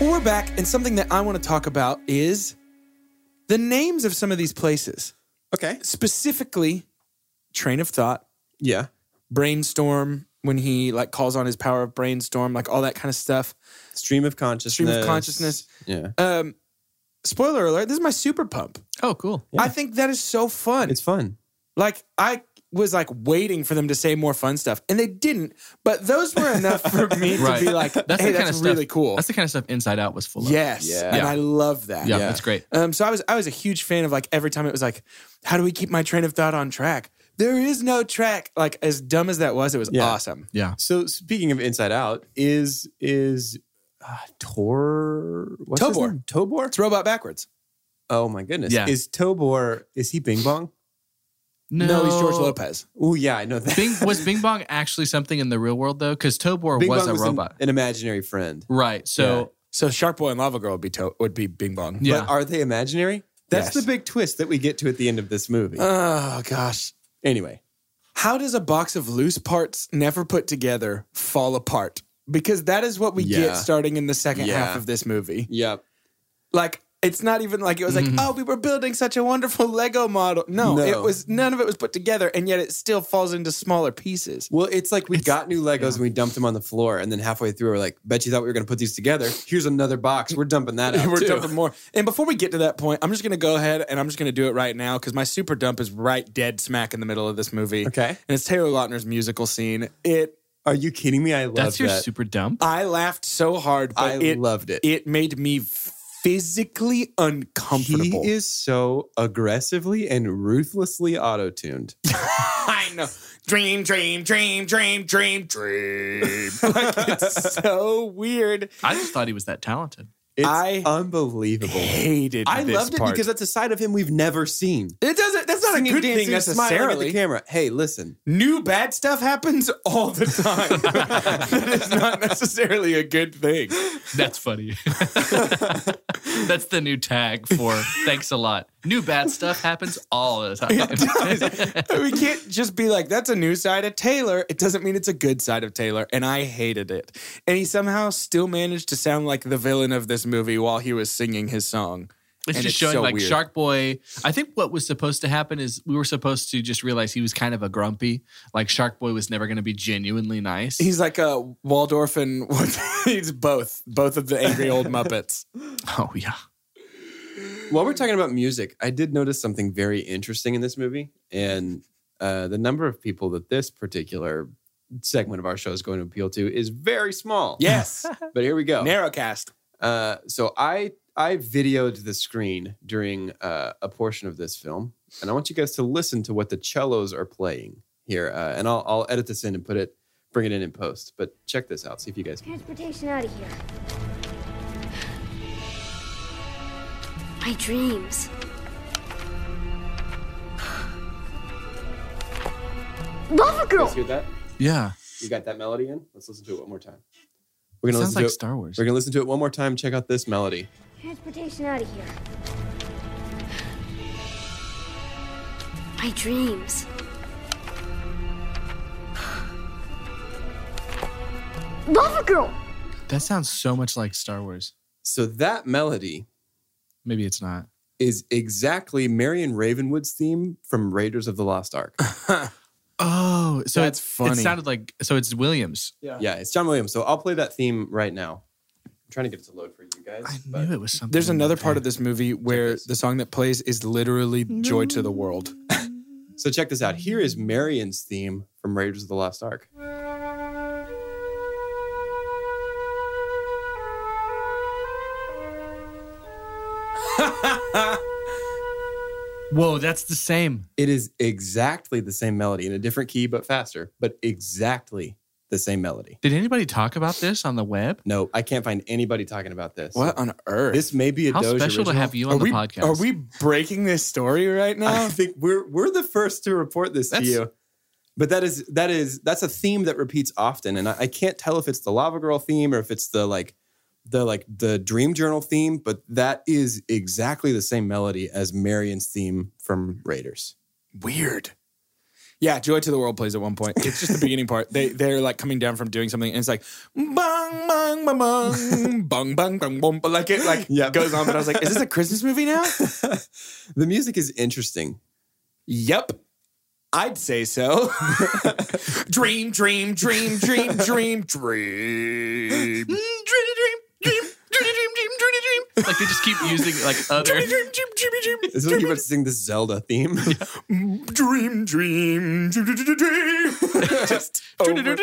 We're back, and something that I want to talk about is the names of some of these places, Okay. specifically Train of Thought, Yeah. Brainstorm, when he like calls on his power of brainstorm, like all that kind of stuff. Stream of consciousness. consciousness. Yeah. Um, spoiler alert, this is my super pump. Oh, cool. Yeah. I think that is so fun. It's fun. like I was like waiting for them to say more fun stuff, and they didn't. But [laughs] those were enough for me Right. to be like, That's the "Hey, kind that's of stuff. really cool." That's the kind of stuff Inside Out was full of. yes, Yeah. and Yeah. I love that. Yeah, Yeah. it's great. Um, so I was I was a huge fan of like every time it was like, "How do we keep my train of thought on track?" There is no track. Like as dumb as that was, it was Yeah. awesome. Yeah. So speaking of Inside Out, is is uh, Tor what's his Tobor. name? Tobor? It's robot backwards. Oh my goodness! Yeah. Is Tobor? Is he Bing Bong? No, he's George Lopez. Oh yeah, I know that. Bing was Bing Bong actually something in the real world though? Because Tobor [laughs] Bing was Bong a an- robot. an, imaginary friend. right. So So Shark Boy and Lava Girl would be to- would be Bing Bong. yeah. But are they imaginary? That's Yes. the big twist that we get to at the end of this movie. Oh gosh, anyway, How does a box of loose parts never put together fall apart? Because that is what we Yeah. get starting in the second Yeah. half of this movie. yeah, Like It's not even like it was like, oh, we were building such a wonderful Lego model. No, Mm-hmm. No. it was none of it was put together, and yet it still falls into smaller pieces. Well, it's like we got new Legos and we dumped them on the floor, and then halfway through, we're like, "Bet you thought we were going to put these together? Here's another box. We're dumping [laughs] [laughs] that out we're too." dumping more. And before we get to that point, I'm just going to go ahead and I'm just going to do it right now because my super dump is right dead smack in the middle of this movie. Okay. and it's Taylor Lautner's musical scene. It Are you kidding me? I love That's your that. super dump. I laughed so hard, but I it loved it. it made me physically uncomfortable. He is so aggressively and ruthlessly auto-tuned. [laughs] I know. Dream, dream, dream, dream, dream, dream. [laughs] like, it's so weird. I just thought he was that talented. It's I- unbelievable. Hated. I this loved it part. because that's a side of him we've never seen. it doesn't. That's not a Singing, good thing dancing, smiling At the necessarily. camera. Hey, listen. New bad stuff happens all the time. [laughs] that is not necessarily a good thing. That's funny. That's the new tag for thanks a lot. New bad stuff happens all the time. we can't just be like, that's a new side of Taylor. It doesn't mean it's a good side of Taylor. And I hated it. And he somehow still managed to sound like the villain of this movie while he was singing his song. [laughs] It's And just it's showing so like weird. Shark Boy. I think what was supposed to happen is we were supposed to just realize he was kind of a grumpy. Like Shark Boy was never going to be genuinely nice. He's like a Waldorf and [laughs] he's both, both of the [laughs] angry old Muppets. oh yeah. While we're talking about music, I did notice something very interesting in this movie, and uh, the number of people that this particular segment of our show is going to appeal to is very small. Yes. but here Oh. we go. Narrowcast. Uh, so I I videoed the screen during uh, a portion of this film, and I want you guys to listen to what the cellos are playing here, uh, and I'll I'll edit this in and put it bring it in in post. But check this out. See if you guys. Transportation out of here. My dreams. Love a You girl. guys hear that? Yeah. You got that melody in? Let's listen to it one more time. We're gonna Sounds listen like to it. Star Wars. We're gonna listen to it one more time. Check out this melody. Transportation out of here. My dreams. Love a girl. That sounds so much like Star Wars. So that melody Maybe it's not. is exactly Marion Ravenwood's theme from Raiders of the Lost Ark. Oh, so it's That's It funny. sounded like so it's Williams. yeah, it's John Williams. So I'll play that theme right now. I'm trying to get it to load for you guys. I but- knew it was something. There's in another that part band. of this movie where this. the song that plays is literally Joy to the World. [laughs] So check this out. Here is Marion's theme from Raiders of the Lost Ark. Whoa, that's the same. It is exactly the same melody in a different key, but faster, but exactly the same melody. Did anybody talk about this on the web? No, I can't find anybody talking about this. What on earth? This may be a How Doja special to original. have you on are the we, podcast. Are we breaking this story right I now? think we're we're the first to report this That's- to you. But that is that is that's a theme that repeats often, and I, I can't tell if it's the Lava Girl theme or if it's the like the like the Dream Journal theme. But that is exactly the same melody as Marion's theme from Raiders. [laughs] Weird. Yeah, Joy to the World plays at one point. It's just the beginning part. They they're like coming down from doing something, and it's like bang bang bang bang [laughs] bang bang bang bang. But like it like Yep. goes on. But I was like, is this a Christmas movie now? The music is interesting. yep, I'd say so. [laughs] dream, dream, dream, dream, dream, Mm, dream. Like they just [laughs] keep using like other. Dream, dream, dream, dream. This is when you're about to sing this Zelda [laughs] theme. dream, dream, dream, dream, dream. [laughs] Just over.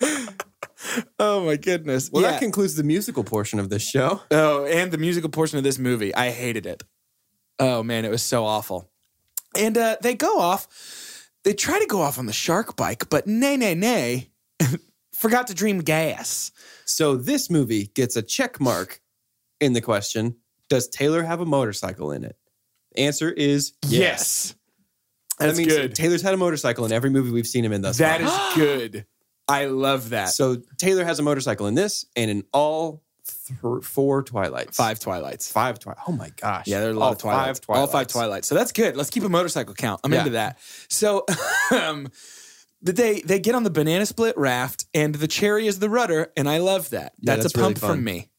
[laughs] oh my goodness. Well, Yeah. that concludes the musical portion of this show. oh, and the musical portion of this movie, I hated it. Oh man, it was so awful. And uh, they go off. They try to go off on the shark bike, but nay, nay, nay, [laughs] forgot to dream gas. So this movie gets a check mark in the question: Does Taylor have a motorcycle in it? Answer is yes. That's that means good. Taylor's had a motorcycle in every movie we've seen him in thus That far. is good. I love that. so Taylor has a motorcycle in this and in all th- four Twilights. five Twilights. Five Twilights. Oh my gosh. Yeah, there are a All lot of Twilights. Five Twilights. All five Twilights. So that's good. Let's keep a motorcycle count. I'm Yeah. into that. So [laughs] um, but they they get on the banana split raft, and the cherry is the rudder, and I love that. Yeah, that's, that's a really pump fun. from me.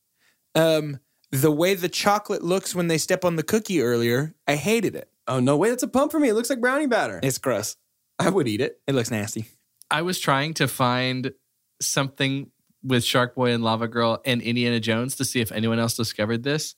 Um, The way the chocolate looks when they step on the cookie earlier, I hated it. Oh no, wait, that's a pump for me. It looks like brownie batter. It's gross. I would eat it. It looks nasty. I was trying to find something with Shark Boy and Lava Girl and Indiana Jones to see if anyone else discovered this.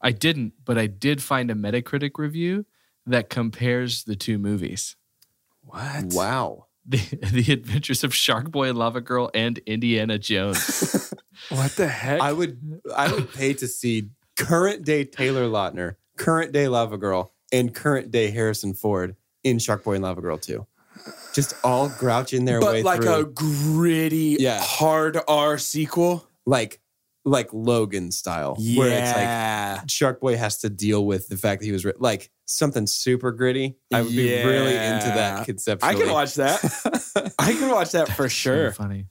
I didn't, but I did find a Metacritic review that compares the two movies. [laughs] What? Wow. The, the Adventures of Shark Boy and Lava Girl and Indiana Jones. What the heck? I would I would pay to see current day Taylor Lautner, current day Lava Girl, and current day Harrison Ford in Shark Boy and Lava Girl 2. Just all grouching their way but like through. a gritty, Yeah. hard R sequel. like like Logan style. Where it's like Shark Boy has to deal with the fact that he was ri- like something super gritty. I would be really Yeah. into that I conceptually. can watch that. [laughs] all I can watch that for So sure. funny.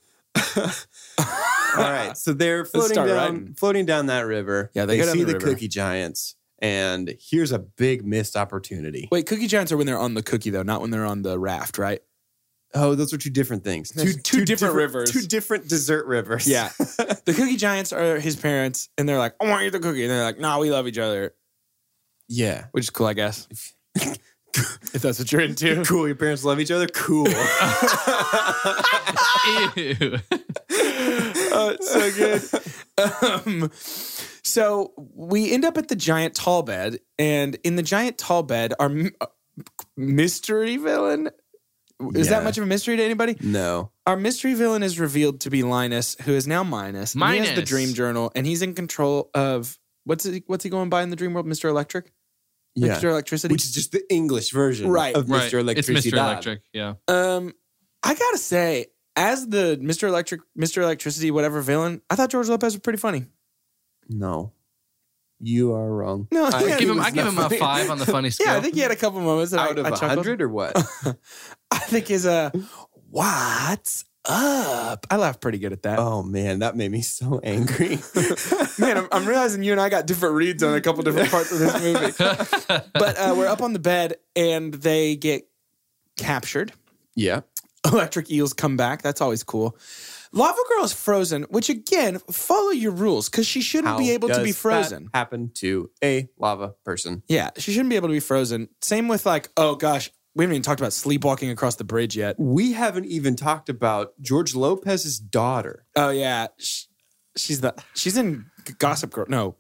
right. So they're floating start down writing. floating down that river. Yeah, they go down see the, the river. cookie giants. And here's a big missed opportunity. Wait, cookie giants are when they're on the cookie though, not when they're on the raft, right? Oh, those are two different things. Two, There's two different rivers. Two different dessert rivers. Yeah. the cookie giants are his parents, and they're like, "I want to eat the cookie," and they're like, "Nah, we love each other," yeah. which is cool, I guess. if [laughs] that's what you're [laughs] into. Cool. Your parents love each other. Cool. [laughs] Ew. oh, it's so good. [laughs] Um, so we end up at the giant tall bed, and in the giant tall bed, our m- uh, mystery villain. Is Yeah. that much of a mystery to anybody? no. Our mystery villain is revealed to be Linus, who is now Minus. and He has the Minus. dream journal, and he's in control of what's he, what's he going by in the dream world? Mister Electric, Yeah. Mister Electricity. Which is just the English version Right. of Right. Mr. It's Electricity. Mr. Electric. Yeah. um, I gotta say, as the Mister Electric, Mister Electricity, whatever villain, I thought George Lopez was pretty funny. No. You are wrong. No, I yeah, I It give he him, was I give him a nothing. five on the funny scale. [laughs] Yeah, I think he had a couple moments that Out I, of I chuckled. hundred or what? I think his uh, [laughs] what's up? I laugh pretty good at that. oh man, that made me so [laughs] angry. Man, I'm, I'm realizing you and I got different reads on a couple different parts of this [laughs] movie. but uh, we're up on the bed and they get captured. yeah. [laughs] Electric eels come back. That's always cool. Lava Girl is frozen, which again, follow your rules because she shouldn't be able to be frozen. Happened to a lava person. Yeah, she shouldn't be able to be frozen. Same with like, oh gosh, we haven't even talked about sleepwalking across the bridge yet. We haven't even talked about George Lopez's daughter. Oh yeah, Sh she's the she's in G- Gossip Girl. No,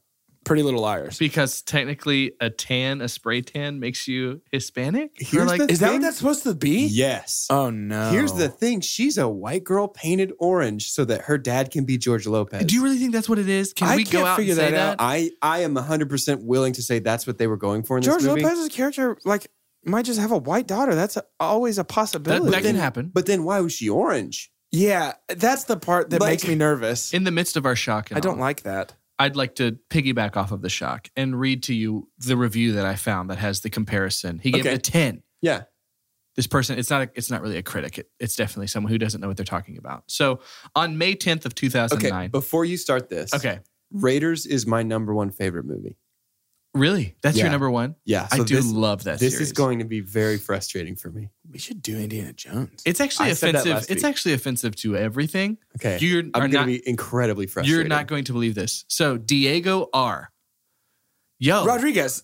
Pretty Little [laughs] Liars. because technically a tan, a spray tan makes you Hispanic. Or Here's like, the Is that what thing- that's supposed to be? Yes. Oh no. Here's the thing: she's a white girl painted orange so that her dad can be George Lopez. do you really think that's what it is? Can I we go can't out and figure say that out. that? I I am 100 percent willing to say that's what they were going for in George this movie. Lopez's character like might just have a white daughter. That's a- always a that possibility. that can happen. But then why was she orange? yeah, that's the part that Like- makes me nervous. In the midst of our shock, and I don't awe, like that. I'd like to piggyback off of the shock and read to you the review that I found that has the comparison. He gave Okay. it a ten. Yeah. This person, it's not, a, it's not really a critic. It, it's definitely someone who doesn't know what they're talking about. So on May tenth of two thousand Okay. nine. Before you start this, okay, Raiders is my number one favorite movie. really, that's Yeah. your number one. Yeah. So I do This, love that. this series. is going to be very frustrating for me. We should do Indiana Jones. It's actually I said that offensive. last It's week. actually offensive to everything. Okay. You're are I'm going to not be incredibly frustrated. You're not going to believe this. So Diego R. Yo. Rodriguez.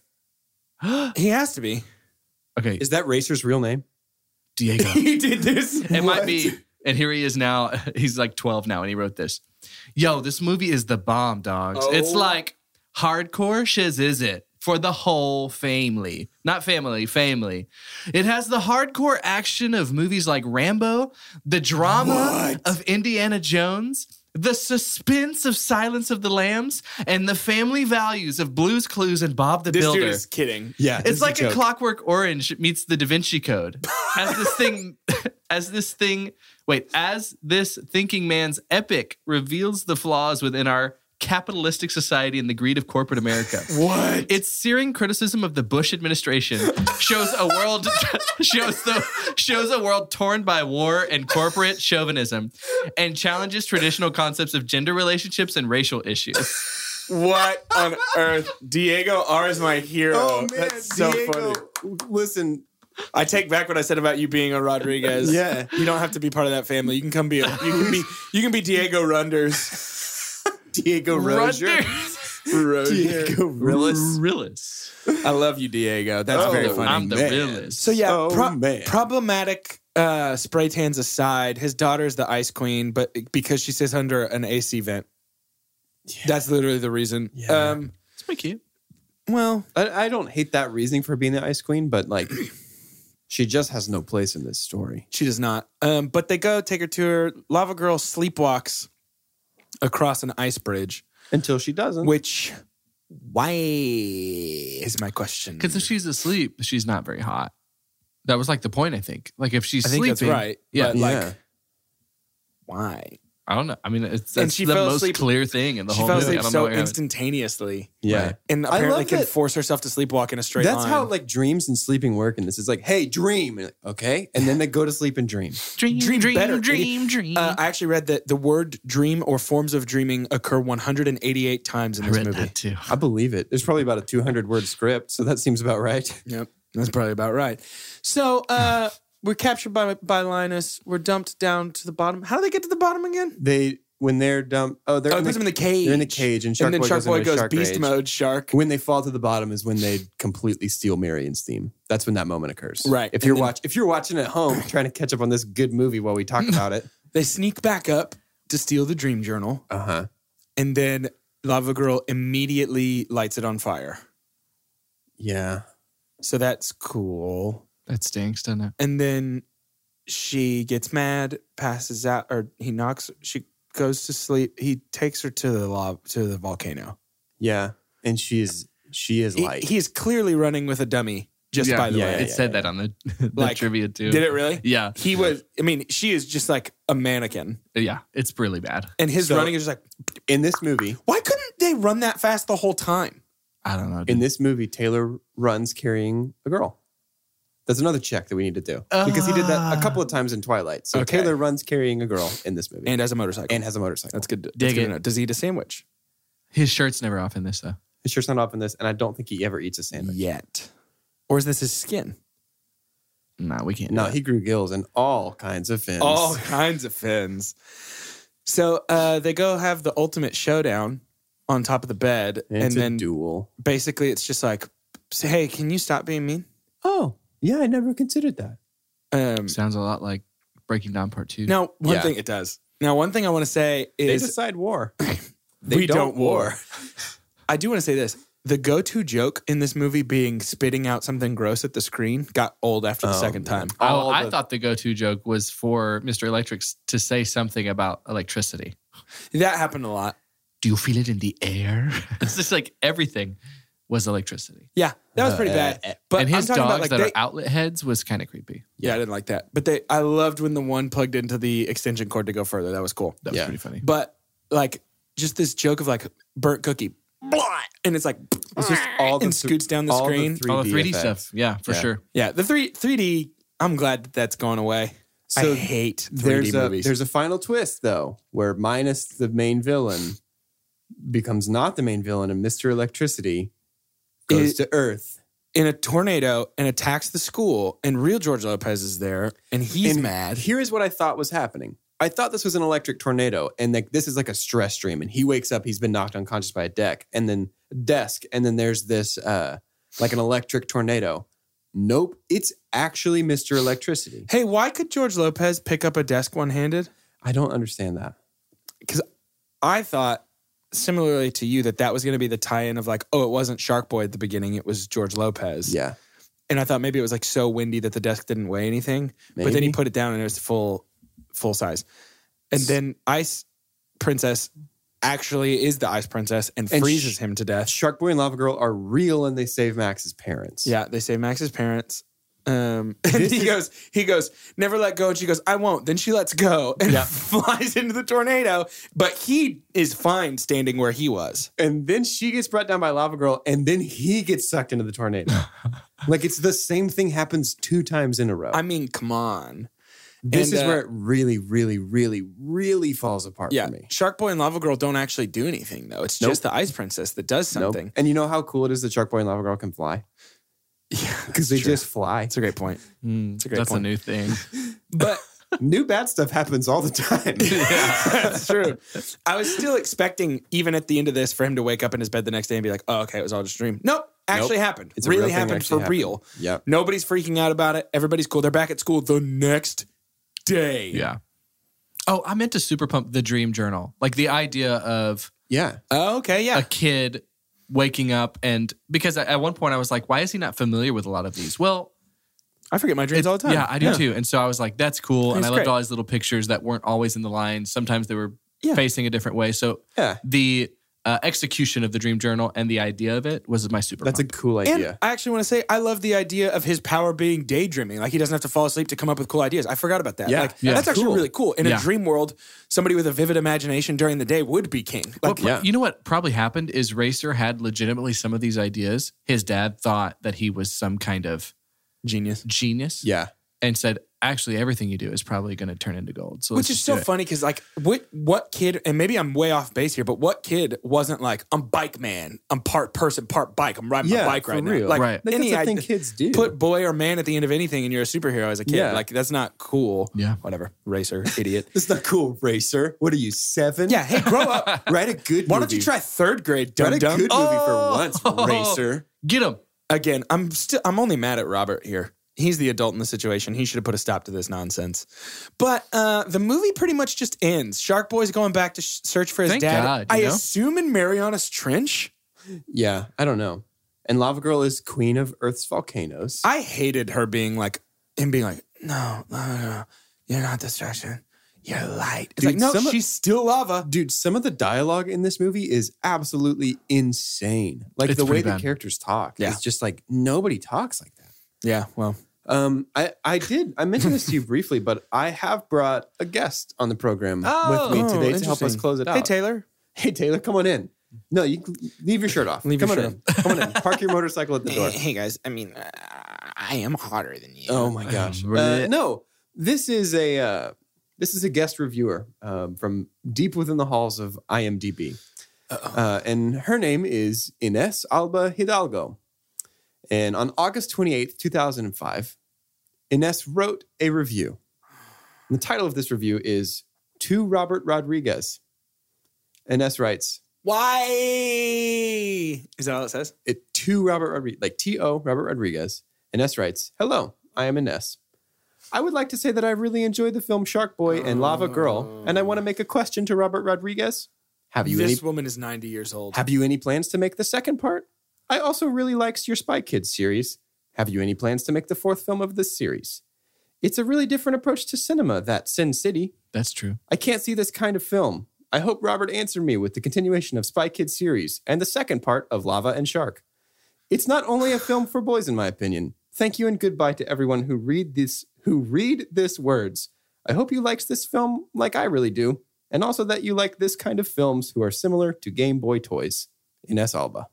He has to be. [gasps] okay, Is that Racer's real name? [laughs] Diego. he did this. it might be. And here he is now. [laughs] He's like 12 now, and he wrote this. Yo, this movie is the bomb, dogs. It's Oh. like hardcore shiz, is it? For the whole family. Not family, family. It has the hardcore action of movies like Rambo, the drama of Indiana Jones, the suspense of Silence of the Lambs, and the family values of Blues Clues and Bob the This Builder. dude is kidding. Yeah. this It's is like a, joke. Clockwork Orange meets The Da Vinci Code. As this thing, [laughs] as this thing, wait, as this thinking man's epic reveals the flaws within our capitalistic society and the greed of corporate America. What? Its searing criticism of the Bush administration shows a world [laughs] shows the shows a world torn by war and corporate chauvinism, and challenges traditional concepts of gender relationships and racial issues. [laughs] What on earth? Diego R is my hero. Oh, man. That's so Diego, funny. Listen, I take back what I said about you being a Rodriguez. Yeah. you don't have to be part of that family. You can come be. A, you can be. You can be Diego Runders. [laughs] Diego Rozier. Rutgers. Diego Rillis. Rillis. I love you, Diego. That's Oh, very funny. I'm the man. realist. So yeah, Oh, pro- man. problematic uh, spray tans aside, his daughter's the ice queen, but because she sits under an AC vent, that's literally the reason. Yeah. Um, it's pretty cute. well, I, I don't hate that reasoning for being the ice queen, but like, [clears throat] she just has no place in this story. she does not. Um, but they go take her to her lava girl sleepwalks across an ice bridge, Until she doesn't. which why is my question? Because if she's asleep, she's not very hot. That was like the point, I think. Like if she's I think sleeping, that's right. Yeah. but, like why? I don't know. I mean, it's And that's she the fell most asleep- clear thing in the She whole fell movie. I asleep don't know so what you're- instantaneously, yeah. Right. and I apparently love can that- force herself to sleepwalk in a straight That's line. how like dreams and sleeping work. And this is like, hey, dream. And, like, okay. And then they go to sleep and dream. dream, dream dream, dream, better, dream, Uh, I actually read that the word dream or forms of dreaming occur 188 times in I this read movie. that too. I believe it. There's probably about a 200 word script. So that seems about right. [laughs] Yep, that's probably about right. So uh, we're captured by by Linus. We're dumped down to the bottom. How do they get to the bottom again? They, when they're dumb, oh, they're Oh, it in puts the, them in the cage. They're in the cage. And Shark and then Boy Shark goes, into Boy a goes shark beast rage. mode. Shark. When they fall to the bottom is when they completely steal Marion's theme. That's when that moment occurs. Right. If And you're then- watch, if you're watching at home trying to catch up on this good movie while we [laughs] talk about it, They sneak back up to steal the dream journal, uh huh. and then Lava Girl immediately lights it on fire. Yeah. So that's cool. That stinks, doesn't it? and then she gets mad, passes out, or he knocks. She goes to sleep. He takes her to the lava, to the volcano. Yeah. And she is she is He, light. he is clearly running with a dummy. Just Yeah. by the Yeah, way, it said that on the, [laughs] the Like, trivia too. did it really? Yeah, He was. I mean, she is just like a mannequin, yeah. It's really bad. and his So- running is just like. in this movie, Why couldn't they run that fast the whole time? I don't know. in dude. this movie, Taylor runs carrying a girl. That's another check that we need to do because he did that a couple of times in Twilight. So Ah. Okay. Taylor runs carrying a girl in this movie and, And as a motorcycle, has a motorcycle. that's good. That's Dig good it. to know. Does he eat a sandwich His shirt's never off in this though. His shirt's not off in this, and I don't think he ever eats a sandwich. yet, or is this his skin? No, we can't. do No, that. he grew gills and all kinds of fins. all kinds of fins. So uh, they go have the ultimate showdown on top of the bed, and, and then then duel. basically it's just like, say, "Hey, can you stop being mean?" Oh, yeah, I never considered that. Um, sounds a lot like Breaking Down Part Two. now, one Yeah. thing it does. Now, one thing I want to say They is decide war. [coughs] we don't war. [laughs] I do want to say this: the go-to joke in this movie being spitting out something gross at the screen got old after the Oh, second man. time. Oh, All I the- thought the go-to joke was for Mr. Electric's to say something about electricity. That happened a lot. Do you feel it in the air? [laughs] it's just like everything was electricity. Yeah, that was pretty Uh, bad. But and his I'm talking dogs about like that they, are outlet heads was kind of creepy. Yeah, I didn't like that. But they I loved when the one plugged into the extension cord to go further. That was cool. That was Yeah. pretty funny. But like just this joke of like burnt cookie. Blah! And it's like It's just all the and th- scoots down the all screen. All the 3D effects. stuff. Yeah, for Yeah. sure. yeah, the three 3D, I'm glad that that's gone away. So I hate 3D there's a movies. there's a final twist though, where minus the main villain becomes not the main villain, and Mister Electricity goes It- to Earth. in a tornado and attacks the school and real George Lopez is there and he's And mad. Here is what I thought was happening. I thought this was an electric tornado, and like this is like a stress dream. And he wakes up, he's been knocked unconscious by a deck, and then desk, and then there's this uh like an electric tornado. Nope, it's actually Mister Electricity. Hey, why could George Lopez pick up a desk one-handed? I don't understand that. I thought similarly to you that that was going to be the tie-in of like, oh, it wasn't Shark Boy at the beginning; it was George Lopez. Yeah, and I thought maybe it was like so windy that the desk didn't weigh anything, but then he Maybe. put it down and it was full, full size. And then Ice Princess actually is the Ice Princess and, And freezes sh- him to death. Shark Boy and Lava Girl are real, and they save Max's parents. yeah, they say Max's parents. Um, [laughs] and This he is- goes, he goes, never let go. And she goes, I won't. Then she lets go and [laughs] flies into the tornado. But he is fine standing where he was. and then she gets brought down by lava girl and then he gets sucked into the [laughs] tornado like it's the same thing happens two times in a row I mean, come on. this and, is uh, where it really really really really falls apart Yeah, for me Shark Boy and Lava Girl don't actually do anything though. It's Nope. just the Ice Princess that does Nope. something. and you know how cool it is that shark boy and lava girl can fly [laughs] Yeah, [laughs] because they just fly It's a great point. Mm, a great that's [laughs] point. a new thing. But New bad stuff happens all the [laughs] time. That's true. I was still expecting, even at the end of this, for him to wake up in his bed the next day and be like, "Oh, okay, it was all just a dream." Nope, actually happened. It's It a real really thing that happened actually for happened. real. [laughs] Yep. Nobody's freaking out about it. Everybody's cool. They're back at school the next day. Yeah. Oh, I meant to super pump the dream journal. Like the idea of Yeah. Oh, okay. Yeah. a kid waking up and because at one point I was like, why is he not familiar with a lot of these? Well, I forget my dreams all the time. yeah, I do too. And so I was like, that's cool. and That's I loved great. all these little pictures that weren't always in the line. Sometimes they were Yeah. facing a different way. So Yeah. the uh, execution of the dream journal and the idea of it was my super. That's a pump. cool And idea. I actually want to say I love the idea of his power being daydreaming. Like he doesn't have to fall asleep to come up with cool ideas. I forgot about that. Yeah. Like Yeah. that's actually Cool. really cool. In Yeah. a dream world, somebody with a vivid imagination during the day would be king. Like What pro- yeah. You know what probably happened is Racer had legitimately some of these ideas. His dad thought that he was some kind of genius. genius yeah. and said, actually, everything you do is probably going to turn into gold. So let's Which is just so do it. funny because like what what kid and maybe I'm way off base here, but what kid wasn't like I'm bike man, I'm part person, part bike, I'm riding Yeah, my bike for right real. now. Like Right. Like, any that's a thing idea- kids do. Put boy or man at the end of anything, and you're a superhero as a kid. Yeah. Like that's not cool. Yeah. whatever. Racer, idiot. It's not cool, racer. What are you, seven? yeah, hey, grow [laughs] up. Write a good Why movie. don't you try third grade? Dum Write a dum. good movie for Oh. once, racer. Get [laughs] him. again, I'm still I'm only mad at Robert here. He's the adult in the situation. He should have put a stop to this nonsense. But uh, the movie pretty much just ends. Shark Boy's going back to sh- search for his Thank dad. God, you I know? assume in Mariana's Trench. Yeah, I don't know. And Lava Girl is queen of Earth's volcanoes. I hated her being like him being like, no, no, no, no. you're not destruction. You're light. It's Dude, like no, some of- she's still lava. Dude, some of the dialogue in this movie is absolutely insane. Like It's the way pretty the bad. characters talk Yeah. is just like nobody talks like that. Yeah, well, Um, I, I did. I mentioned this to [laughs] you briefly, but I have brought a guest on the program with me Oh, today to help us interesting. close it out. Hey Taylor. Hey, Taylor, come on in. No, you can leave your shirt off. Leave your come on shirt in. Come on in. Park your motorcycle at the [laughs] door. guys. I mean, uh, I am hotter than you. Oh my [laughs] gosh. Um, Uh, no, this is a uh, this is a guest reviewer um, from deep within the halls of IMDb, uh, and her name is Ines Alba Hidalgo. And on August twenty eighth, two thousand and five, Ines wrote a review. And the title of this review is "To Robert Rodriguez." Ines writes Why? Is that all it says? it to Robert Rodriguez, like T.O. Robert Rodriguez. Ines writes, Hello, I am Ines. I would like to say that I really enjoyed the film Shark Boy and Lava Girl, and I want to make a question to Robert Rodriguez. Have you, any, This woman is 90 years old. have you any plans to make the second part? I also really liked your Spy Kids series. Have you any plans to make the fourth film of this series? It's a really different approach to cinema, that Sin City. That's true. I can't see this kind of film. I hope Robert answered me with the continuation of Spy Kids series and the second part of Lava and Shark. It's not only a film for boys, in my opinion. Thank you and goodbye to everyone who read this who read this words. I hope you likes this film like I really do, and also that you like this kind of films who are similar to Game Boy toys. Ines Alba.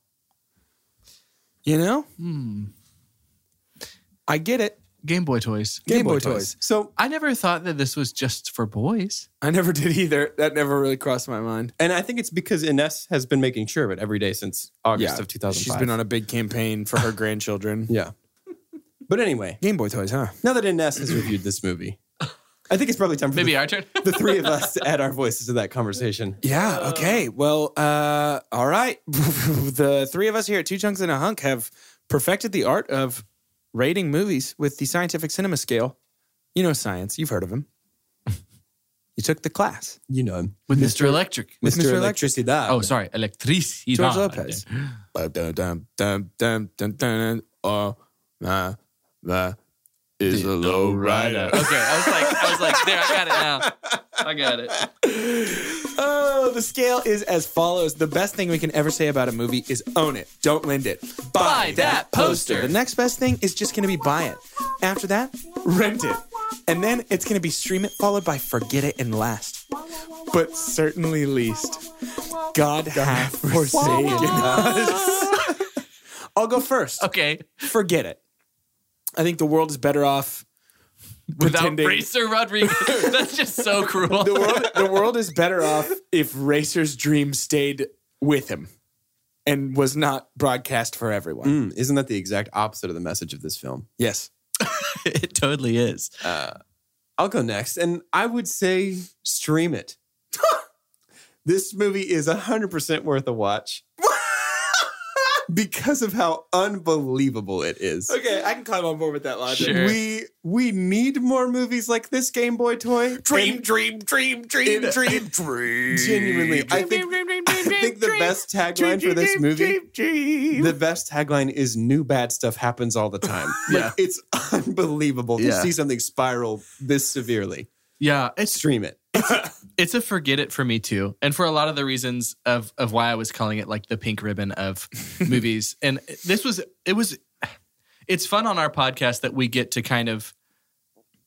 You know, Hmm. I get it. Game Boy toys. Game, Boy, toys. So, I never thought that this was just for [laughs] boys. I never did either. That never really crossed my mind. and I think it's because Ines has been making sure of it every day since August of 2005. She's been on a big campaign [laughs] for her grandchildren. yeah. But anyway, Game Boy toys, huh? Now that Ines has reviewed this movie, I think it's probably time for Maybe the, our turn. the three of us to add our voices to that conversation. Yeah. okay. Well, uh, all right. [laughs] the three of us here at Two Chunks and a Hunk have perfected the art of rating movies with the scientific cinema scale. You know science. You've heard of [laughs] him. you took the class You know him. [laughs] With Mr. Electric. with Mr. Electric. Electricidad. Oh, sorry. Electricidad. George Lopez. dum, dum, dum, dum, dum, dum, oh, nah, nah, is a low rider. Okay, I was like, I was like, there, I got it now. I got it. [laughs] Oh, the scale is as follows. The best thing we can ever say about a movie is own it, don't lend it. Buy that poster. The next best thing is just going to be buy it. After that, rent it. And then it's going to be stream it, followed by forget it and last. But certainly least, God, hath forsaken us. [laughs] I'll go first. Okay, Forget it. I think the world is better off without pretending- Racer Rodriguez, [laughs] that's just [laughs] so cruel. [laughs] the world [laughs] the world is better off if Racer's dream stayed with him and was not broadcast for everyone. Mm, isn't that the exact opposite of the message of this film? Yes. it totally is. I'll go next. And I would say stream it. [laughs] this movie is 100% worth a [laughs] watch because of how unbelievable it is. Okay, I can climb on board with that logic. Sure. We we need more movies like this Game Boy toy. Dream, dream, dream, dream, dream, dream. [laughs] Genuinely, I think, I think the best tagline for this movie, the best tagline is "New bad stuff happens all the time." Yeah. like, it's unbelievable to Yeah. see something spiral this severely. Yeah, it's Stream it. it's a forget it for me too, and for a lot of the reasons of of why I was calling it like the pink ribbon of movies. And this was it was it's fun on our podcast that we get to kind of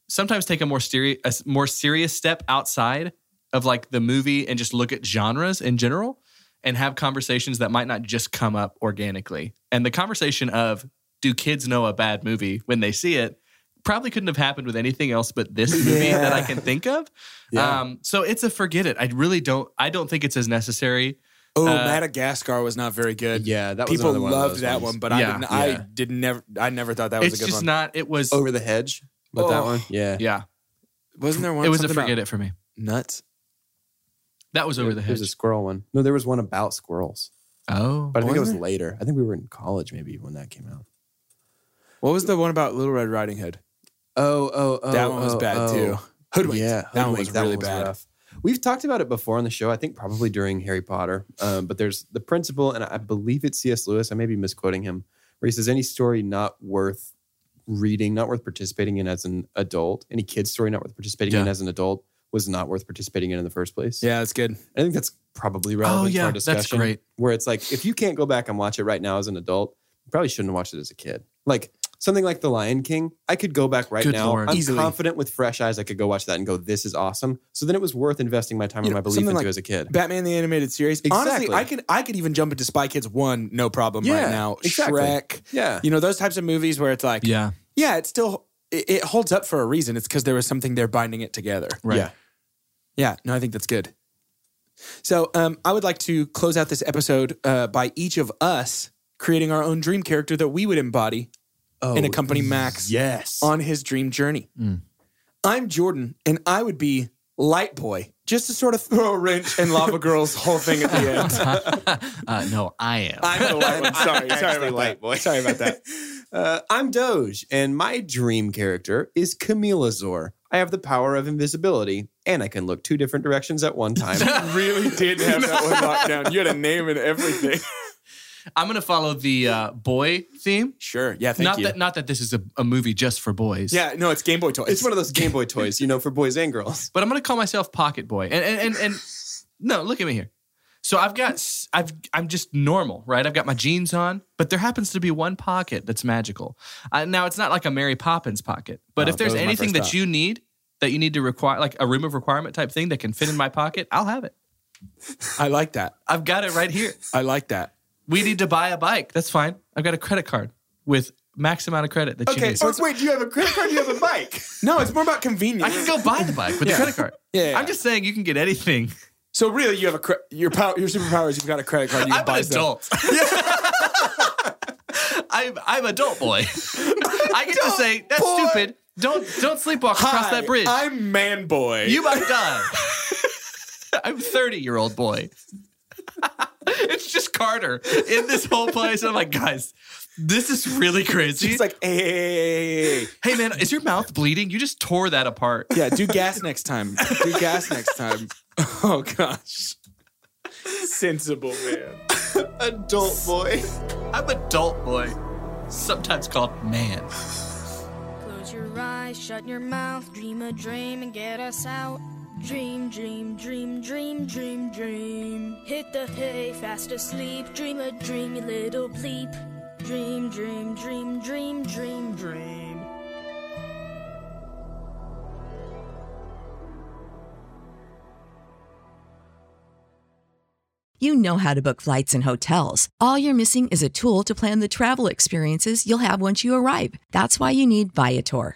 sometimes take a more serious a s- more serious step outside of like the movie and just look at genres in general and have conversations that might not just come up organically. And the conversation of do kids know a bad movie when they see it probably couldn't have happened with anything else but this movie that I can think of. Yeah. Um, so it's a forget it. I really don't. I don't think it's as necessary. Oh, Uh, Madagascar was not very good. Yeah, that was People another one of loved those that ones. one, but Yeah. I didn't. I Yeah. did never. I never thought that was it's a good just one. not. It was. Over the hedge, but that Oh. one, Oh, yeah, yeah. Wasn't there one? It was a something forget about it for me. Nuts. That was over the There's hedge. a squirrel one. No, there was one about squirrels, oh, but I think it was Wasn't later. I think we were in college maybe when that came out. What was the one about Little Red Riding Hood? Oh, oh, oh, that one was bad too. Hoodwinked. Yeah, that one Hoodwinked, was really bad. rough. We've talked about it before on the show. I think probably during Harry Potter. Um, but there's the principle, and I believe it's C.S. Lewis. I may be misquoting him, where he says any story not worth reading, not worth participating in as an adult, any kid's story not worth participating in Yeah. as an adult was not worth participating in in the first place. Yeah, that's good. I think that's probably oh relevant to yeah, our discussion. that's great. Where it's like if you can't go back and watch it right now as an adult, you probably shouldn't have watched it as a kid. Like something like The Lion King, I could go back right Good now. Lord. I'm Easily. confident with fresh eyes, I could go watch that and go, "This is awesome." So then it was worth investing my time You and know, my belief something into like as a kid. Batman the animated series. Honestly, Exactly. I could I could even jump into Spy Kids one, no problem right Yeah, now. exactly. Shrek. yeah, You know those types of movies where it's like, yeah, Yeah, it still it, it holds up for a reason. It's because there was something there binding it together. right. yeah. Yeah, no, I think that's good. So um, I would like to close out this episode uh, by each of us creating our own dream character that we would embody Oh, and accompany Max Yes. on his dream journey. Mm. I'm Jordan, and I would be Light Boy, just to sort of throw a wrench in Lava Girl's whole thing at the end. [laughs] uh, no, I am. I'm the light one. Sorry, sorry about that. Sorry about [laughs] that. [laughs] Uh, I'm Doge, and my dream character is Camelazor. I have the power of invisibility, and I can look two different directions at one time. [laughs] really did have that one locked down. You had a name and everything. I'm gonna follow the uh, boy theme. Sure. Yeah. Thank Not you. that. Not that this is a, a movie just for boys. yeah. No, it's Game Boy toys. it's one of those Game Boy toys, you know, for boys and girls. But I'm gonna call myself Pocket Boy. And and and, [laughs] and no, look at me here. So I've got s- I've I'm just normal, right? I've got my jeans on, but there happens to be one pocket that's magical. Uh, now it's not like a Mary Poppins pocket, but Oh, if there's that was my anything first that thought. you need that you need to require, like a room of requirement type thing that can fit in my pocket, I'll have it. I like that. I've got it right here. I like that. We need to buy a bike. That's fine. I've got a credit card with max amount of credit that you Okay, need. so wait, do you have a credit card? Do you have a bike? Oh, No, it's more about I convenience. can go buy the bike with the credit card. Yeah, yeah. I'm just saying you can get anything. so really, you have a cre- your power, your superpower is you've got a credit card. You can I'm buy an stuff. adult. [laughs] [laughs] I'm I'm adult boy. I get to say that's boy. stupid. Don't don't sleepwalk across Hi, that bridge. I'm man boy. you might die. [laughs] I'm 30 year old boy. [laughs] it's just Carter in this whole place. I'm like, guys, this is really crazy. She's like, hey, hey, hey, hey, hey, hey. hey man, is your mouth bleeding? You just tore that apart. yeah, do gas next time. Do gas next time. [laughs] Oh gosh, sensible man. Adult boy. I'm adult boy. Sometimes called man. Close your eyes, shut your mouth, dream a dream and get us out. Dream, dream, dream, dream, dream, dream. Hit the hay, fast asleep, dream a dream, you little bleep. Dream, dream, dream, dream, dream, dream. You know how to book flights and hotels. All you're missing is a tool to plan the travel experiences you'll have once you arrive. That's why you need Viator.